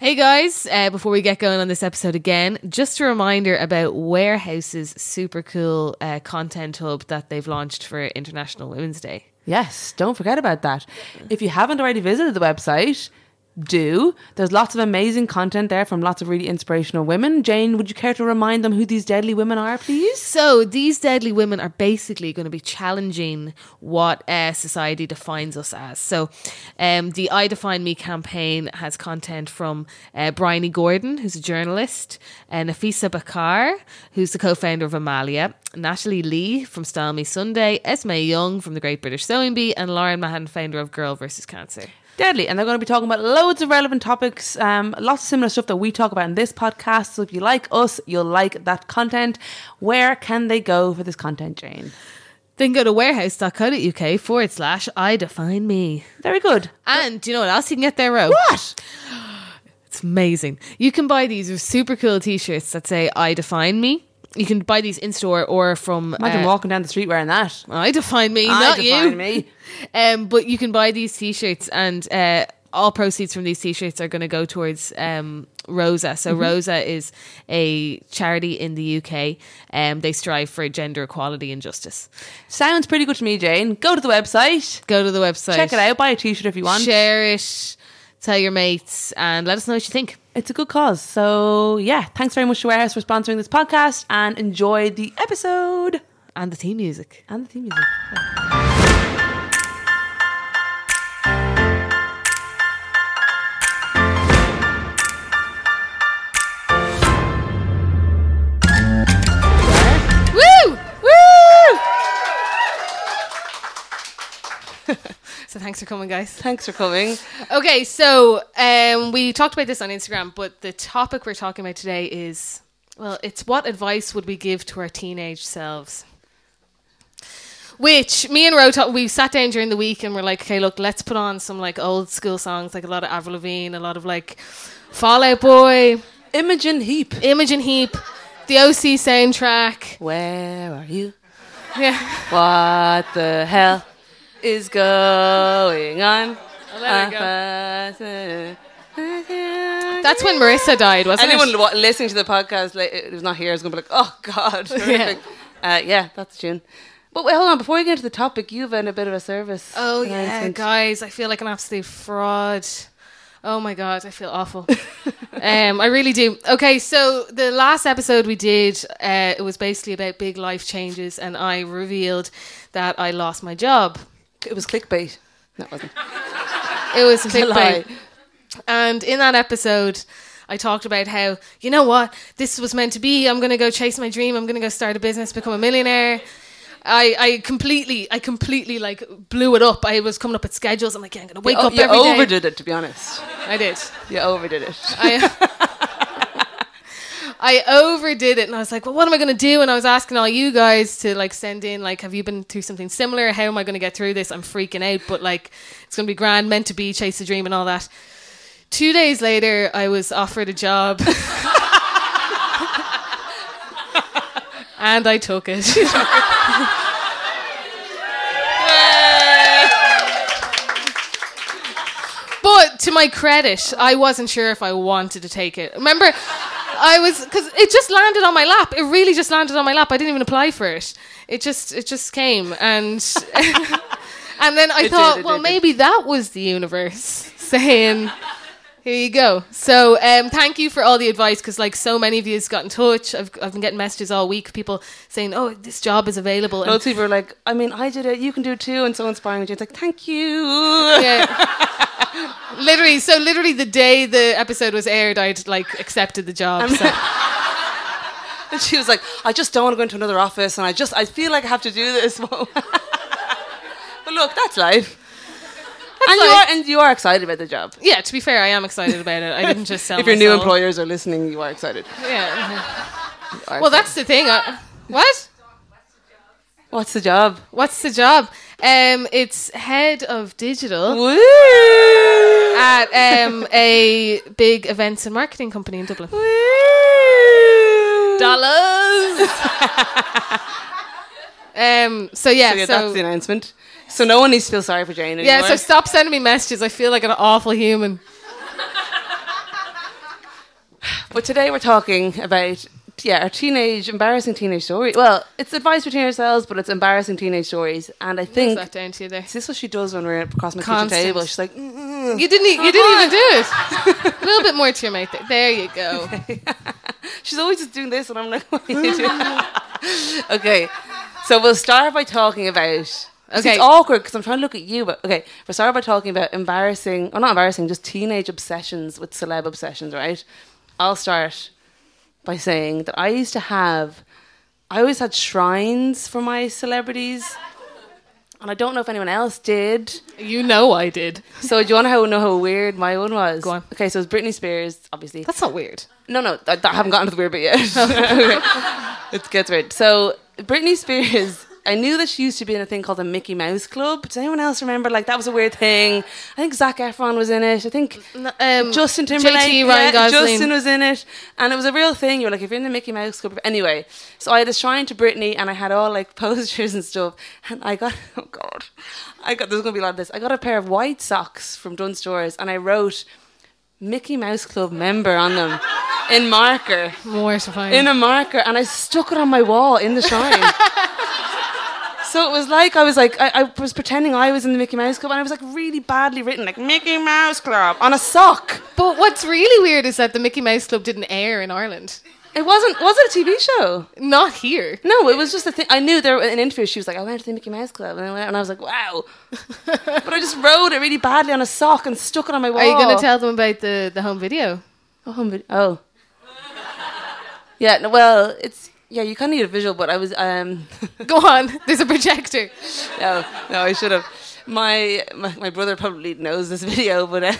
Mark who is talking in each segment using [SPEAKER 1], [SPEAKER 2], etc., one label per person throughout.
[SPEAKER 1] Hey guys, uh, before we get going on this episode again, just a reminder about Warehouse's super cool uh, content hub that they've launched for International Women's Day.
[SPEAKER 2] Yes, don't forget about that. If you haven't already visited the website, do. There's lots of amazing content there from lots of really inspirational women. Jane, would you care to remind them who these deadly women are, please?
[SPEAKER 1] So these deadly women are basically going to be challenging what uh, society defines us as. So um, the I Define Me campaign has content from uh, Bryony Gordon, who's a journalist, and Nafisa Bakar, who's the co-founder of Amalia, Natalie Lee from Style Me Sunday, Esme Young from the Great British Sewing Bee, and Lauren Mahan, founder of Girl versus Cancer.
[SPEAKER 2] Deadly. And they're going to be talking about loads of relevant topics, um, lots of similar stuff that we talk about in this podcast. So if you like us, you'll like that content. Where can they go for this content, Jane?
[SPEAKER 1] Then go to warehouse.co.uk forward slash I Define Me.
[SPEAKER 2] Very good.
[SPEAKER 1] And do you know what else you can get there, Ro?
[SPEAKER 2] What?
[SPEAKER 1] It's amazing. You can buy these super cool t shirts that say I Define Me. You can buy these in store or from.
[SPEAKER 2] Imagine
[SPEAKER 1] uh,
[SPEAKER 2] walking down the street wearing that.
[SPEAKER 1] I Define Me,
[SPEAKER 2] I
[SPEAKER 1] not
[SPEAKER 2] define
[SPEAKER 1] you.
[SPEAKER 2] me.
[SPEAKER 1] Um, but you can buy these t shirts and. Uh, all proceeds from these t-shirts are going to go towards um, Rosa.
[SPEAKER 2] Mm-hmm.
[SPEAKER 1] So Rosa is a charity in the UK. Um, they strive for gender equality and justice.
[SPEAKER 2] Sounds pretty good to me, Jane. Go to the website,
[SPEAKER 1] Go to the website.
[SPEAKER 2] check it out, buy a t shirt if you want.
[SPEAKER 1] Share it. Tell your mates and let us know what you think.
[SPEAKER 2] It's a good cause. So, yeah, thanks very much to Warehouse for sponsoring this podcast and enjoy the episode
[SPEAKER 1] And the theme music.
[SPEAKER 2] and the theme music.
[SPEAKER 1] Woo! Woo! so thanks for coming, guys.
[SPEAKER 2] Thanks for coming.
[SPEAKER 1] Okay, so um, we talked about this on Instagram, but the topic we're talking about today is well, it's what advice would we give to our teenage selves? Which me and Ro talk, we sat down during the week and we're like, okay, look, let's put on some like old school songs, like a lot of Avril Lavigne, a lot of like Fallout Boy,
[SPEAKER 2] Imogen Heap.
[SPEAKER 1] Imogen Heap, the OC soundtrack.
[SPEAKER 2] Where are you?
[SPEAKER 1] Yeah.
[SPEAKER 2] What the hell is going on?
[SPEAKER 1] let That's when Marissa died, wasn't
[SPEAKER 2] Anyone
[SPEAKER 1] it?
[SPEAKER 2] wa- listening to the podcast like, it was not here is going to be like, oh god.
[SPEAKER 1] Yeah.
[SPEAKER 2] Uh, yeah, that's the tune. But wait, hold on. Before we get into the topic, you've been a bit of a service.
[SPEAKER 1] Oh yeah,
[SPEAKER 2] announcement.
[SPEAKER 1] guys, I feel like an absolute fraud. Oh my god, I feel awful. um, I really do. Okay, so the last episode we did, uh, it was basically about big life changes, and I revealed that I lost my job.
[SPEAKER 2] It was clickbait. That wasn't.
[SPEAKER 1] It was
[SPEAKER 2] a lie.
[SPEAKER 1] clickbait. And in that episode, I talked about how, you know what, this was meant to be. I'm going to go chase my dream. I'm going to go start a business, become a millionaire. I, I completely, I completely like blew it up. I was coming up with schedules. I'm like, yeah, I'm going to wake
[SPEAKER 2] Oh,
[SPEAKER 1] up
[SPEAKER 2] you
[SPEAKER 1] every day.
[SPEAKER 2] overdid it, to be honest.
[SPEAKER 1] I did.
[SPEAKER 2] You overdid it.
[SPEAKER 1] I, I overdid it and I was like, well, what am I going to do? And I was asking all you guys to like send in, like, have you been through something similar? How am I going to get through this? I'm freaking out, but like, it's going to be grand, meant to be, chase the dream and all that. Two days later, I was offered a job. and I took it. But to my credit, I wasn't sure if I wanted to take it. Remember, I was because it just landed on my lap. It really just landed on my lap. I didn't even apply for it. It just it just came, and and then I
[SPEAKER 2] did,
[SPEAKER 1] thought,
[SPEAKER 2] it
[SPEAKER 1] well,
[SPEAKER 2] did, it
[SPEAKER 1] maybe that was the universe saying. Here you go. So, um, thank you for all the advice because, like, so many of you has got in touch. I've, I've been getting messages all week, people saying, "Oh, this job is available." And
[SPEAKER 2] Loads of people were like, I mean, I did it. You can do it too. And so inspiring. Jane's like, thank you.
[SPEAKER 1] yeah. literally, so literally the day the episode was aired, I'd like accepted the job. So.
[SPEAKER 2] And she was like, I just don't want to go into another office. And I just, I feel like I have to do this. but look, that's life. and, you
[SPEAKER 1] life.
[SPEAKER 2] are, and you are excited about the job.
[SPEAKER 1] yeah, to be fair, I am excited about it. I didn't just sell.
[SPEAKER 2] if your new
[SPEAKER 1] myself.
[SPEAKER 2] employers are listening, you are excited.
[SPEAKER 1] Yeah.
[SPEAKER 2] You are
[SPEAKER 1] Well,
[SPEAKER 2] excited.
[SPEAKER 1] that's the thing. I, what?
[SPEAKER 2] What's the job?
[SPEAKER 1] What's the job? Um, it's head of digital
[SPEAKER 2] Woo!
[SPEAKER 1] at um a big events and marketing company in Dublin.
[SPEAKER 2] Woo!
[SPEAKER 1] Dollars. um. So yeah.
[SPEAKER 2] So, yeah, that's the announcement. So no one needs to feel sorry for Jane anymore.
[SPEAKER 1] Yeah, so stop sending me messages. I feel like an awful human.
[SPEAKER 3] But today we're talking about yeah, our teenage embarrassing teenage story. Well, it's advice for teenage selves, but it's embarrassing teenage stories. And I
[SPEAKER 1] Is
[SPEAKER 3] think
[SPEAKER 1] that down to you there?
[SPEAKER 3] is this what she does when we're across my
[SPEAKER 2] Constant.
[SPEAKER 3] kitchen table? She's like, "Mm, mm, mm."
[SPEAKER 1] You didn't. e- You didn't even do it. A little bit more to your mouth. There, there you go.
[SPEAKER 3] mm, she's always just doing this, and I'm like, what are you doing? okay, so we'll start by talking about. Okay.
[SPEAKER 1] Okay.
[SPEAKER 3] It's awkward because I'm trying to look at you, but okay. We'll start by talking about embarrassing, or not embarrassing, just teenage obsessions with celeb obsessions, right? I'll start by saying that I used to have, I always had shrines for my celebrities, and I don't know if anyone else did.
[SPEAKER 1] You know I did.
[SPEAKER 3] So do you want to know how weird my one was?
[SPEAKER 2] Go on.
[SPEAKER 3] Okay, so it's Britney Spears, obviously.
[SPEAKER 1] That's not weird.
[SPEAKER 3] No, no, I, I haven't gotten to the weird bit yet. Okay. it gets weird. So Britney Spears, I knew that she used to be in a thing called the Mickey Mouse Club. Does anyone else remember? Like that was a weird thing. I think Zach Efron was in it. I think
[SPEAKER 2] um,
[SPEAKER 3] Justin Timberlake,
[SPEAKER 1] JT, Ryan
[SPEAKER 3] yeah,
[SPEAKER 1] Gosling.
[SPEAKER 3] Justin was in it, and it was a real thing. You were like, if you're in the Mickey Mouse Club, anyway. So I had a shrine to Britney, and I had all like posters and stuff, and I got oh god, I got there's gonna be a lot of this. I got a pair of white socks from Dunn Stores, and I wrote Mickey Mouse Club member on them in marker
[SPEAKER 1] Mortifying.
[SPEAKER 3] in a marker and I stuck it on my wall in the shrine. so it was like I was like I, I was pretending I was in the Mickey Mouse Club and I was like really badly written like Mickey Mouse Club on a sock.
[SPEAKER 1] but what's really weird is that the Mickey Mouse Club didn't air in Ireland.
[SPEAKER 3] It wasn't was it a TV show?
[SPEAKER 1] Not here.
[SPEAKER 3] No, it was just a thing. I knew there in an interview she was like I went to the Mickey Mouse Club and I went and I was like wow. but I just wrote it really badly on a sock and stuck it on my wall.
[SPEAKER 1] Are you going to tell them about the, the home video?
[SPEAKER 3] Oh, home vid- oh. Yeah, no, well, it's yeah, you kind of need a visual, but I was um
[SPEAKER 1] Go on. There's a projector.
[SPEAKER 3] no, no, I should have. My, my my brother probably knows this video, but uh,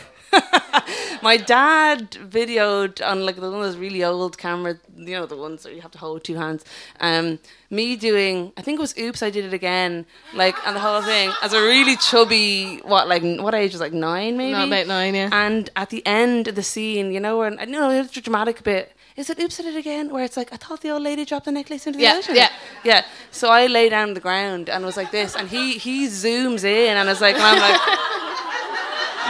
[SPEAKER 3] my dad videoed on like the one of those really old camera, you know, the ones that you have to hold two hands. Um, me doing, I think it was "Oops, I Did It Again," like, and the whole thing as a really chubby, what like what age was like nine maybe?
[SPEAKER 1] Not about nine, yeah.
[SPEAKER 3] And at the end of the scene, you know, and I know it's a dramatic bit. Is it "Oops, I Did It Again"? Where it's like, I thought the old lady dropped the necklace into the
[SPEAKER 1] Yeah,
[SPEAKER 3] ocean.
[SPEAKER 1] yeah.
[SPEAKER 3] Yeah. So I lay down on the ground and was like this, and he he zooms in and is like, and I'm like.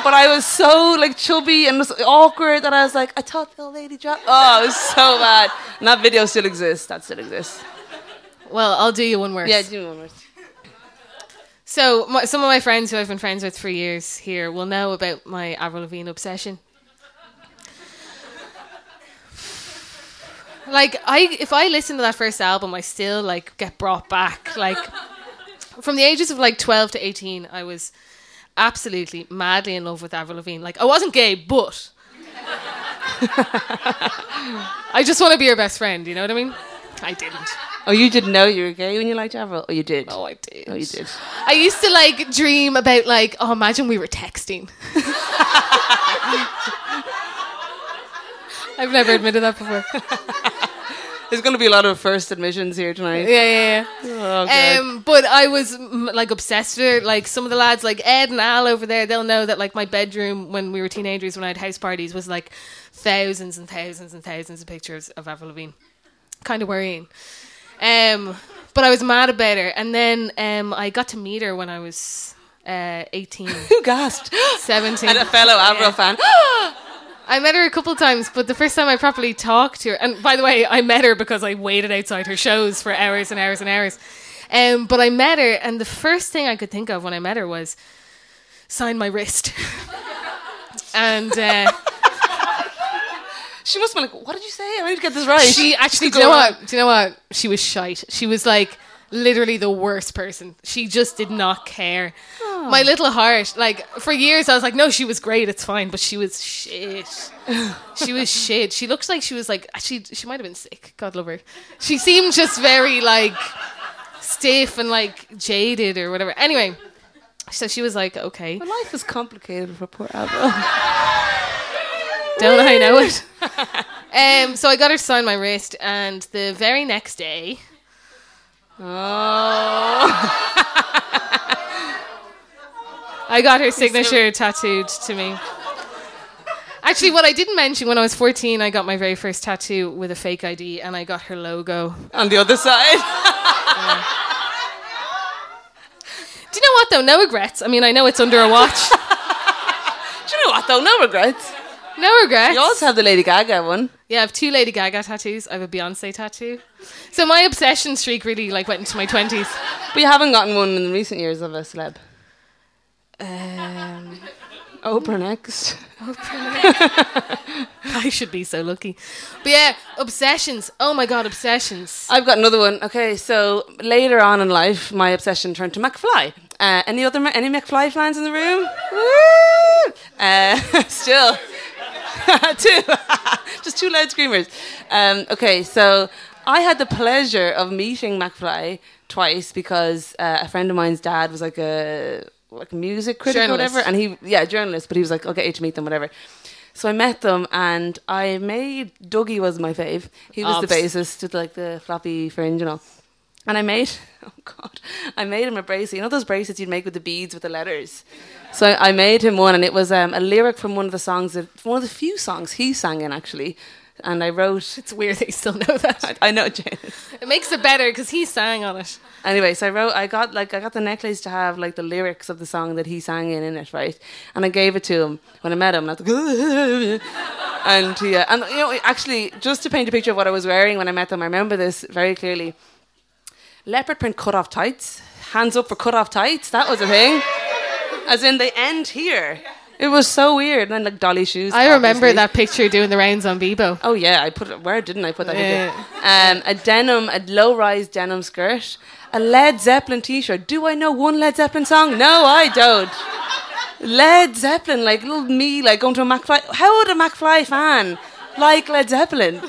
[SPEAKER 3] But I was so like chubby and was awkward that I was like, I thought the old lady dropped. Oh, it was so bad. And that video still exists. That still exists.
[SPEAKER 1] Well, I'll do you one worse.
[SPEAKER 3] Yeah, do one more.
[SPEAKER 1] So my, some of my friends who I've been friends with for years here will know about my Avril Lavigne obsession. like I, if I listen to that first album, I still like get brought back. Like from the ages of like twelve to eighteen, I was absolutely madly in love with Avril Lavigne. Like I wasn't gay, but I just want to be your best friend. You know what I mean? I didn't.
[SPEAKER 3] Oh, you didn't know you were gay when you liked Avril? Oh, you did.
[SPEAKER 1] Oh, I did.
[SPEAKER 3] Oh, you did.
[SPEAKER 1] I used to like dream about like, oh, imagine we were texting. I've never admitted that before.
[SPEAKER 3] There's going to be a lot of first admissions here tonight.
[SPEAKER 1] Yeah, yeah, yeah.
[SPEAKER 3] Oh, God.
[SPEAKER 1] Um, but I was mm, like obsessed with her. Like some of the lads, like Ed and Al over there, they'll know that like my bedroom when we were teenagers, when I had house parties, was like thousands and thousands and thousands of pictures of Avril Lavigne. Kind of worrying. Um, but I was mad about her, and then um, I got to meet her when I was uh, eighteen.
[SPEAKER 3] Who gasped?
[SPEAKER 1] 17.
[SPEAKER 3] And a fellow Avril
[SPEAKER 1] Yeah.
[SPEAKER 3] fan.
[SPEAKER 1] I met her a couple times, but the first time I properly talked to her, and by the way, I met her because I waited outside her shows for hours and hours and hours. Um, but I met her, and the first thing I could think of when I met her was sign my wrist. and uh,
[SPEAKER 3] She must have been like, what did you say? I need to get this right.
[SPEAKER 1] she actually, do you know what? Do you know what? She was shite. She was like literally the worst person. She just did not care. My little heart, like for years, I was like, no, she was great. It's fine, but she was shit. she was shit. She looked like she was like she she might have been sick. God love her. She seemed just very like stiff and like jaded or whatever. Anyway, so she was like, okay,
[SPEAKER 3] Her life is complicated for poor Avril.
[SPEAKER 1] don't I know it? Um, so I got her to sign my wrist, and the very next day,
[SPEAKER 3] Oh.
[SPEAKER 1] I got her signature tattooed to me. Actually, what I didn't mention when I was 14, I got my very first tattoo with a fake ID and I got her logo.
[SPEAKER 3] On the other side.
[SPEAKER 1] Do you know what though? No regrets. I mean, I know it's under a watch.
[SPEAKER 3] Do you know what, though? No regrets.
[SPEAKER 1] No regrets.
[SPEAKER 3] You also have the Lady Gaga one.
[SPEAKER 1] Yeah, I have two Lady Gaga tattoos. I have a Beyonce tattoo. So my obsession streak really like went into my twenties.
[SPEAKER 3] But you haven't gotten one in the recent years of a celeb. Um, Oprah next.
[SPEAKER 1] I should be so lucky. But yeah, obsessions. Oh my god, obsessions.
[SPEAKER 3] I've got another one. Okay, so later on in life, my obsession turned to McFly. Uh, any other Ma- any McFly fans in the room? Woo! Uh, still, two, just two loud screamers. Um, okay, so I had the pleasure of meeting McFly twice because uh, a friend of mine's dad was like a like a music critic
[SPEAKER 1] Journalist.
[SPEAKER 3] or whatever, and he yeah journalist, but he was like, I'll get you to meet them, whatever. So I met them, and I made Dougie was my fave. He was the
[SPEAKER 1] Obs.
[SPEAKER 3] bassist with like the floppy fringe and all. And I made, oh god, I made him a bracelet. You know those bracelets you'd make with the beads with the letters. So I made him one, and it was um, a lyric from one of the songs, of, one of the few songs he sang in actually. And I wrote,
[SPEAKER 1] It's weird they still know that.
[SPEAKER 3] I know, Jane.
[SPEAKER 1] It makes it better because he sang on it.
[SPEAKER 3] Anyway, so I wrote, I got like, I got the necklace to have like the lyrics of the song that he sang in in it, right? And I gave it to him when I met him. And, I was like, and yeah, and you know, actually, just to paint a picture of what I was wearing when I met them, I remember this very clearly. Leopard print cut off tights. Hands up for cut off tights. That was a thing. As in, they end here. It was so weird. And then like dolly shoes.
[SPEAKER 1] I remember
[SPEAKER 3] obviously.
[SPEAKER 1] that picture doing the rounds on Bebo.
[SPEAKER 3] Oh yeah, I put it. Where didn't I put that? picture? Um, a denim, a low-rise denim skirt, a Led Zeppelin T-shirt. Do I know one Led Zeppelin song? No, I don't. Led Zeppelin, like little me, like going to a McFly. How would a McFly fan like Led Zeppelin?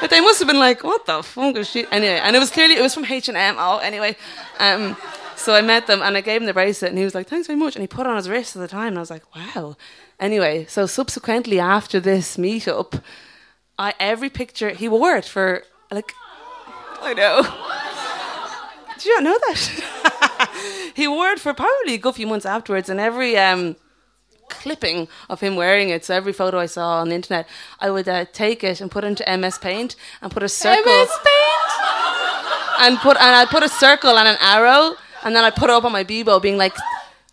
[SPEAKER 3] But they must have been like, what the fuck is she? Anyway, and it was clearly it was from H and M. Oh, anyway, um, so I met them and I gave him the bracelet, and he was like, thanks very much, and he put it on his wrist at the time, and I was like, wow. Anyway, so subsequently after this meetup, I every picture he wore it for like, I know. Did you not know that? he wore it for probably a good few months afterwards, and every um, clipping of him wearing it, so every photo I saw on the internet, I would uh, take it and put it into MS Paint and put a circle and put and I put a circle and an arrow, and then I put it up on my Bebo, being like,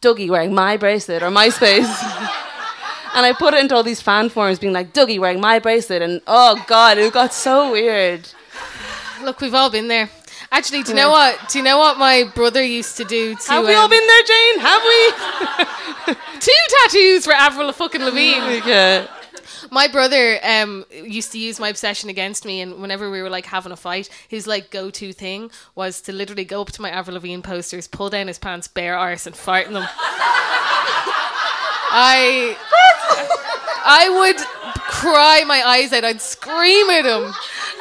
[SPEAKER 3] Dougie wearing my bracelet or my space. and I put it into all these fan forums, being like, Dougie wearing my bracelet, and oh god, it got so weird.
[SPEAKER 1] Look, we've all been there. Actually, do you know what? Do you know what my brother used to do? To,
[SPEAKER 3] Have we all
[SPEAKER 1] um,
[SPEAKER 3] been there, Jane? Have we?
[SPEAKER 1] two tattoos for Avril fucking Lavigne?
[SPEAKER 3] Yeah.
[SPEAKER 1] My brother um, used to use my obsession against me, and whenever we were like having a fight, his like go-to thing was to literally go up to my Avril Lavigne posters, pull down his pants, bare arse, and fart in them. I, I would cry my eyes out. I'd scream at him.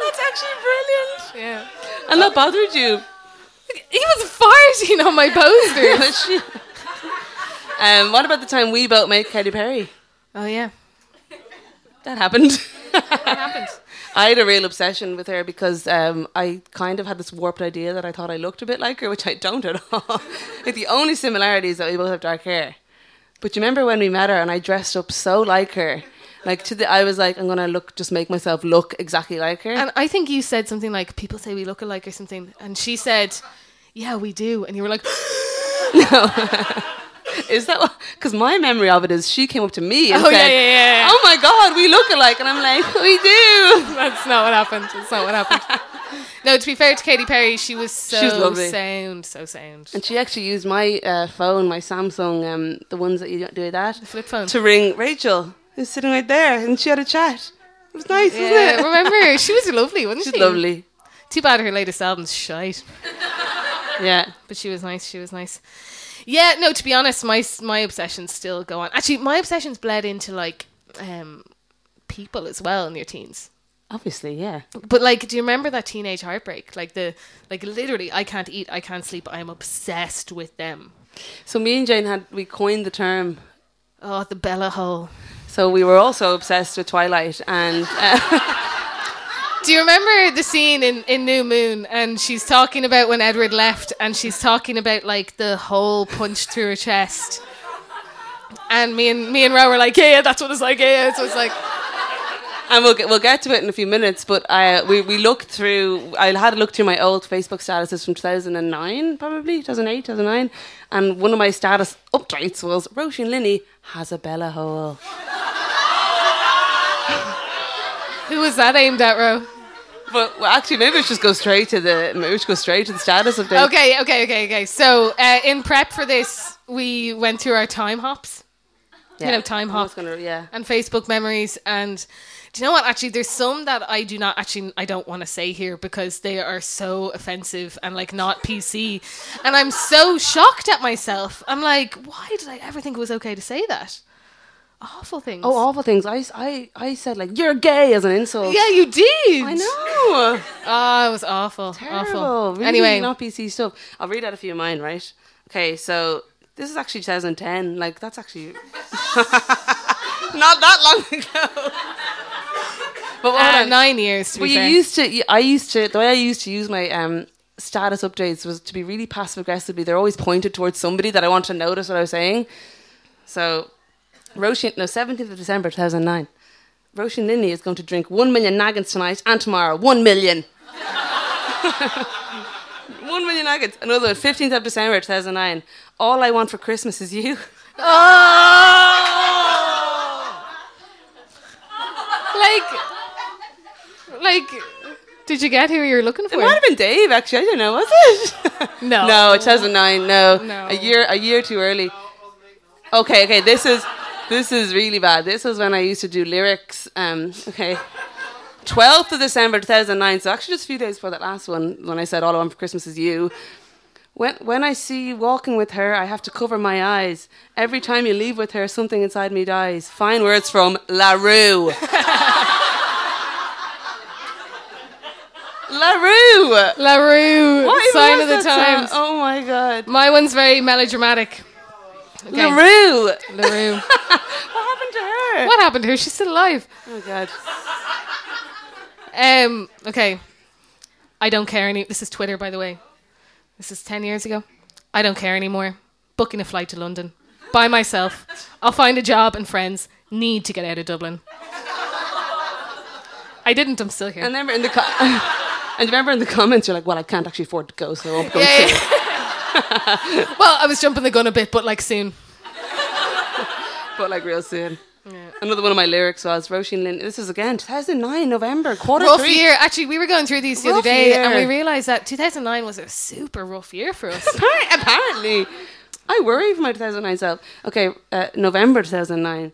[SPEAKER 3] That's actually brilliant.
[SPEAKER 1] Yeah.
[SPEAKER 3] And that bothered you.
[SPEAKER 1] He was farting on my posters.
[SPEAKER 3] But she- um, what about the time we both made Katy Perry?
[SPEAKER 1] oh yeah,
[SPEAKER 3] That happened.
[SPEAKER 1] that happened.
[SPEAKER 3] I had a real obsession with her because um, I kind of had this warped idea that I thought I looked a bit like her, which I don't at all. like the only similarity is that we both have dark hair. But you remember when we met her and I dressed up so like her, like to the I was like I'm gonna look just make myself look exactly like her.
[SPEAKER 1] And I think you said something like, "People say we look alike" or something, and she said, "Yeah, we do." And you were like,
[SPEAKER 3] is that because my memory of it is she came up to me and
[SPEAKER 1] Oh, yeah,
[SPEAKER 3] said,
[SPEAKER 1] yeah, yeah, yeah.
[SPEAKER 3] "Oh my God, we look alike," and I'm like, "We do."
[SPEAKER 1] "That's not what happened. That's not what happened." no, to be fair to Katy Perry, she was so
[SPEAKER 3] She was lovely.
[SPEAKER 1] sound, so sound.
[SPEAKER 3] And she actually used my uh, phone, my Samsung, um, the ones that you don't do that, the
[SPEAKER 1] flip phone.
[SPEAKER 3] to ring Rachel, who's sitting right there, and she had a chat. It was nice,
[SPEAKER 1] Yeah,
[SPEAKER 3] wasn't it?
[SPEAKER 1] remember she was lovely, wasn't
[SPEAKER 3] She's
[SPEAKER 1] she?
[SPEAKER 3] lovely.
[SPEAKER 1] Too bad her latest album's shite,
[SPEAKER 3] Yeah.
[SPEAKER 1] but she was nice. She was nice. Yeah, no, to be honest, my my obsessions still go on. Actually, my obsessions bled into like um, people as well in your teens.
[SPEAKER 3] Obviously, yeah.
[SPEAKER 1] But like, do you remember that teenage heartbreak? Like the like literally, I can't eat, I can't sleep, I'm obsessed with them.
[SPEAKER 3] So me and Jane had we coined the term.
[SPEAKER 1] Oh, the Bella hole.
[SPEAKER 3] So we were also obsessed with Twilight, and uh,
[SPEAKER 1] Do you remember the scene in, in New Moon and she's talking about when Edward left and she's talking about like the hole punched through her chest? And me and me and Row were like, yeah, yeah, that's what it's like, yeah, yeah, that's what it's like.
[SPEAKER 3] and we'll get, we'll get to it in a few minutes. But uh, we we looked through. I had a look through my old Facebook statuses from 2009, probably 2008, 2009, and one of my status updates was Roisin Linney has a Bella hole.
[SPEAKER 1] Who was that aimed at, Ro?
[SPEAKER 3] But well, actually, maybe we should just go straight to the maybe we should go straight to the status update.
[SPEAKER 1] Okay, okay, okay, okay. So uh, in prep for this, we went through our time hops.
[SPEAKER 3] Yeah.
[SPEAKER 1] You know, time
[SPEAKER 3] I was
[SPEAKER 1] hop.
[SPEAKER 3] gonna- yeah.
[SPEAKER 1] and Facebook memories. And do you know what? Actually, there's some that I do not actually I don't want to say here because they are so offensive and like not PC. And I'm so shocked at myself. I'm like, why did I ever think it was okay to say that? Awful things.
[SPEAKER 3] Oh, awful things. I, I, I said like you're gay as an insult.
[SPEAKER 1] yeah, you did.
[SPEAKER 3] I know.
[SPEAKER 1] Oh, it was awful.
[SPEAKER 3] Terrible.
[SPEAKER 1] Awful.
[SPEAKER 3] Really
[SPEAKER 1] anyway,
[SPEAKER 3] not PC stuff. I'll read out a few of mine, right? Okay, so this is actually 2010. Like that's actually not that long ago. But what
[SPEAKER 1] uh,
[SPEAKER 3] I-
[SPEAKER 1] nine years to
[SPEAKER 3] well,
[SPEAKER 1] be
[SPEAKER 3] you
[SPEAKER 1] fair.
[SPEAKER 3] Um, used to. you- I used to. The way I used to use my um status updates was to be really passive aggressively. They're always pointed towards somebody that I want to notice what I was saying. So, Roshan, no, seventeenth of December, two thousand nine. Roshan Linney is going to drink one million naggins tonight and tomorrow. One million. one million naggins. Another one. Fifteenth of December, two thousand nine. All I want for Christmas is you.
[SPEAKER 1] Oh. like, like, did you get who you were looking for?
[SPEAKER 3] It might have been Dave, actually. I don't know. Was it?
[SPEAKER 1] No.
[SPEAKER 3] no, it doesn't. Nine. No.
[SPEAKER 1] No.
[SPEAKER 3] A year. A year too early. Okay. Okay. This is. This is really bad. This is when I used to do lyrics. Um. Okay. 12th of December 2009, so actually just a few days before that last one, when I said All I Want for Christmas Is You. When, when I see you walking with her, I have to cover my eyes. Every time you leave with her, something inside me dies. Fine words from LaRue. LaRue!
[SPEAKER 1] LaRue,
[SPEAKER 3] What
[SPEAKER 1] sign
[SPEAKER 3] was
[SPEAKER 1] of the
[SPEAKER 3] that song?
[SPEAKER 1] times.
[SPEAKER 3] Oh my god.
[SPEAKER 1] My one's very melodramatic. Okay.
[SPEAKER 3] LaRue. What
[SPEAKER 1] LaRue.
[SPEAKER 3] happened to her?
[SPEAKER 1] what happened to her? She's still alive.
[SPEAKER 3] Oh god.
[SPEAKER 1] Um, okay. I don't care any. This is Twitter, by the way. This is 10 years ago. I don't care anymore. Booking a flight to London by myself. I'll find a job and friends. Need to get out of Dublin. I didn't. I'm still here.
[SPEAKER 3] And remember in the co- and remember in the comments you're like, well I can't actually afford to go, so I won't go.
[SPEAKER 1] Yeah, yeah. well, I was jumping the gun a bit, but like soon.
[SPEAKER 3] But like real soon. Another one of my lyrics was Roisin Lynn. This is again 2009 November quarter
[SPEAKER 1] rough
[SPEAKER 3] three.
[SPEAKER 1] year. Actually, we were going through these the
[SPEAKER 3] Rough
[SPEAKER 1] other day, and
[SPEAKER 3] year.
[SPEAKER 1] we realized that 2009 was a super rough year for us.
[SPEAKER 3] Appar- Apparently, I worry for my 2009 self. Okay, uh, November 2009.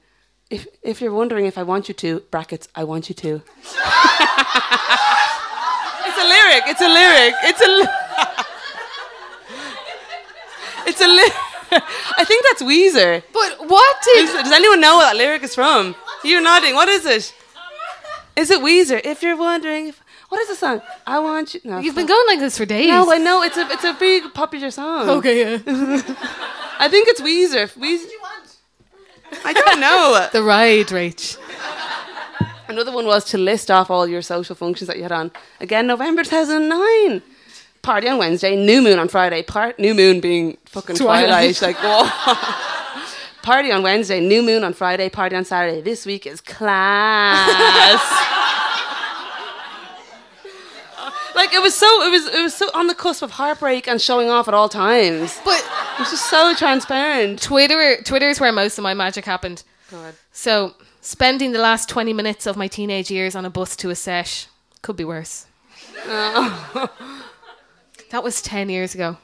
[SPEAKER 3] If if you're wondering if I want you to brackets, I want you to. it's a lyric. It's a lyric. It's a. Li- it's a. Li- I think that's Weezer.
[SPEAKER 1] but what did?
[SPEAKER 3] Is- does anyone know what that lyric is from? You're nodding. What is it? Is it Weezer? If you're wondering, if, what is the song? I want you. No,
[SPEAKER 1] You've been going like this for days.
[SPEAKER 3] No, I know it's a it's a big popular song.
[SPEAKER 1] okay, yeah.
[SPEAKER 3] I think it's Weezer. Weezer. I don't know.
[SPEAKER 1] the ride, Rach.
[SPEAKER 3] Another one was to list off all your social functions that you had on. Again, November 2009. Party on Wednesday, new moon on Friday. Part new moon being fucking
[SPEAKER 1] Twilight.
[SPEAKER 3] twilight. like whoa. Party on Wednesday, new moon on Friday. Party on Saturday. This week is class. like it was so, it was, it was so on the cusp of heartbreak and showing off at all times.
[SPEAKER 1] But
[SPEAKER 3] It was just so transparent.
[SPEAKER 1] Twitter, Twitter is where most of my magic happened. So spending the last 20 minutes of my teenage years on a bus to a sesh could be worse. that was 10 years ago.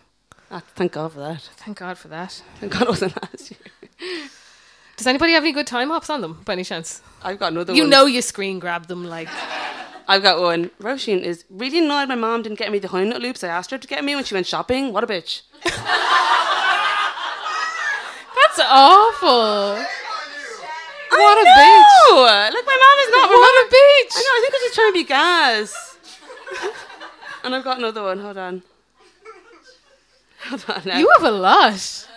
[SPEAKER 3] Ah, thank God for that.
[SPEAKER 1] Thank God for that.
[SPEAKER 3] Thank God it wasn't last year.
[SPEAKER 1] Does anybody have any good time hops on them by any chance?
[SPEAKER 3] I've got another
[SPEAKER 1] You
[SPEAKER 3] one.
[SPEAKER 1] know you screen grab them like
[SPEAKER 3] I've got one. Roisin is really annoyed my mom didn't get me the honey nut loops I asked her to get me when she went shopping. What a bitch.
[SPEAKER 1] that's awful.
[SPEAKER 3] What a bitch. Like my mom is not
[SPEAKER 1] What a bitch.
[SPEAKER 3] I know, I think I'm just trying to be gas. and I've got another one. Hold on. Hold on now.
[SPEAKER 1] You have a lot.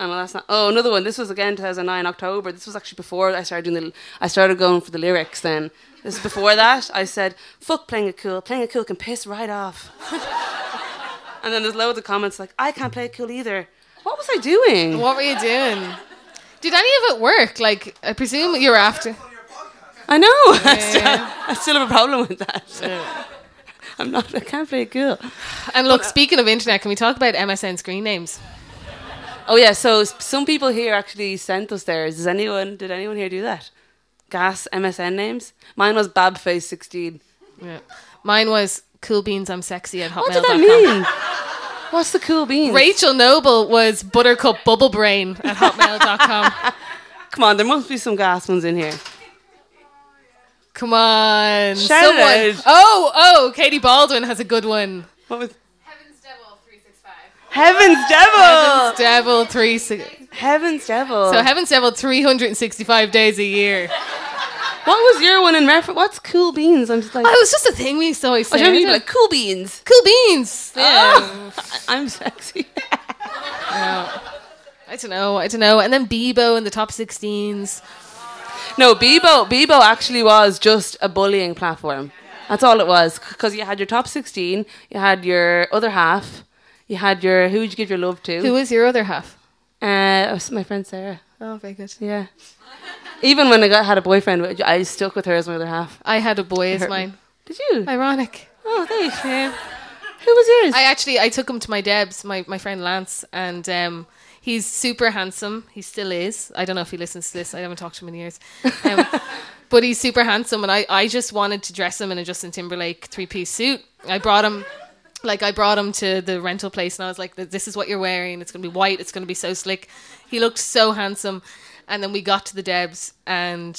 [SPEAKER 3] Oh, no, that's not. Oh, another one. This was again 2009 October. This was actually before I started doing the. I started going for the lyrics. Then this is before that. I said, "Fuck playing it cool. Playing it cool can piss right off." and then there's loads of comments like, "I can't play it cool either." What was I doing?
[SPEAKER 1] What were you doing? Did any of it work? Like I presume you were after.
[SPEAKER 3] I know. I, still, I still have a problem with that. I'm not. I can't play it cool.
[SPEAKER 1] And look, speaking of internet, can we talk about MSN screen names?
[SPEAKER 3] Oh yeah. So s- some people here actually sent us theirs. Does anyone? Did anyone here do that? Gas MSN names. Mine was Babface16.
[SPEAKER 1] Yeah. Mine was Cool Beans I'm Sexy at Hotmail.com.
[SPEAKER 3] What did that mean? What's the cool beans?
[SPEAKER 1] Rachel Noble was Buttercup Bubble Brain at Hotmail.com.
[SPEAKER 3] Come on, there must be some gas ones in here.
[SPEAKER 1] Come on.
[SPEAKER 3] Shout
[SPEAKER 1] someone.
[SPEAKER 3] it out.
[SPEAKER 1] Oh, oh, Katie Baldwin has a good one.
[SPEAKER 3] What was
[SPEAKER 4] Heaven's Devil 365.
[SPEAKER 3] Heaven's Devil?
[SPEAKER 1] Heaven's Devil 365.
[SPEAKER 3] Heaven's Devil.
[SPEAKER 1] So Heaven's Devil 365 days a year.
[SPEAKER 3] what was your one in reference? What's cool beans? I'm just like.
[SPEAKER 1] Oh, it was just a thing we used to always
[SPEAKER 3] I
[SPEAKER 1] say.
[SPEAKER 3] don't
[SPEAKER 1] I
[SPEAKER 3] even
[SPEAKER 1] don't-
[SPEAKER 3] like cool beans.
[SPEAKER 1] cool Beans.
[SPEAKER 3] Oh, I'm sexy.
[SPEAKER 1] I don't know. I don't know. And then Bebo in the top 16s.
[SPEAKER 3] No, Bebo Bebo actually was just a bullying platform. That's all it was. Because you had your top 16, you had your other half, you had your who would you give your love to?
[SPEAKER 1] Who is your other half?
[SPEAKER 3] Uh, it was my friend Sarah.
[SPEAKER 1] Oh, very good.
[SPEAKER 3] Yeah. Even when I got, had a boyfriend, I stuck with her as my other half.
[SPEAKER 1] I had a boy as mine.
[SPEAKER 3] Did you?
[SPEAKER 1] Ironic.
[SPEAKER 3] oh, thanks. Who was yours?
[SPEAKER 1] I actually I took him to my Debs, my, my friend Lance, and um, he's super handsome. He still is. I don't know if he listens to this. I haven't talked to him in years. Um, but he's super handsome, and I, I just wanted to dress him in a Justin Timberlake three piece suit. I brought him. Like I brought him to the rental place, and I was like, "This is what you're wearing. It's gonna be white. It's gonna be so slick." He looked so handsome, and then we got to the Debs, and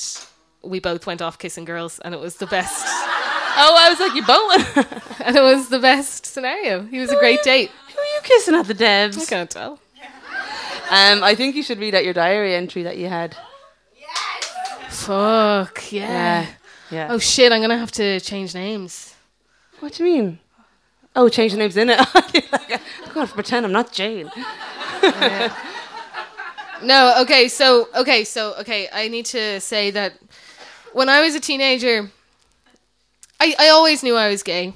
[SPEAKER 1] we both went off kissing girls, and it was the best.
[SPEAKER 3] oh, I was like, you both.
[SPEAKER 1] And it was the best scenario. He was a great date.
[SPEAKER 3] Who are you kissing at the
[SPEAKER 1] I
[SPEAKER 3] devs?
[SPEAKER 1] can't tell.
[SPEAKER 3] Um, I think you should read out your diary entry that you had.
[SPEAKER 1] Fuck yeah.
[SPEAKER 3] Yeah. Yeah.
[SPEAKER 1] Oh shit, I'm gonna have to change names.
[SPEAKER 3] What do you mean? Oh, change the names in it. I'm going to pretend I'm not Jane.
[SPEAKER 1] No, okay, so okay, so okay, I need to say that when I was a teenager, I, I always knew I was gay.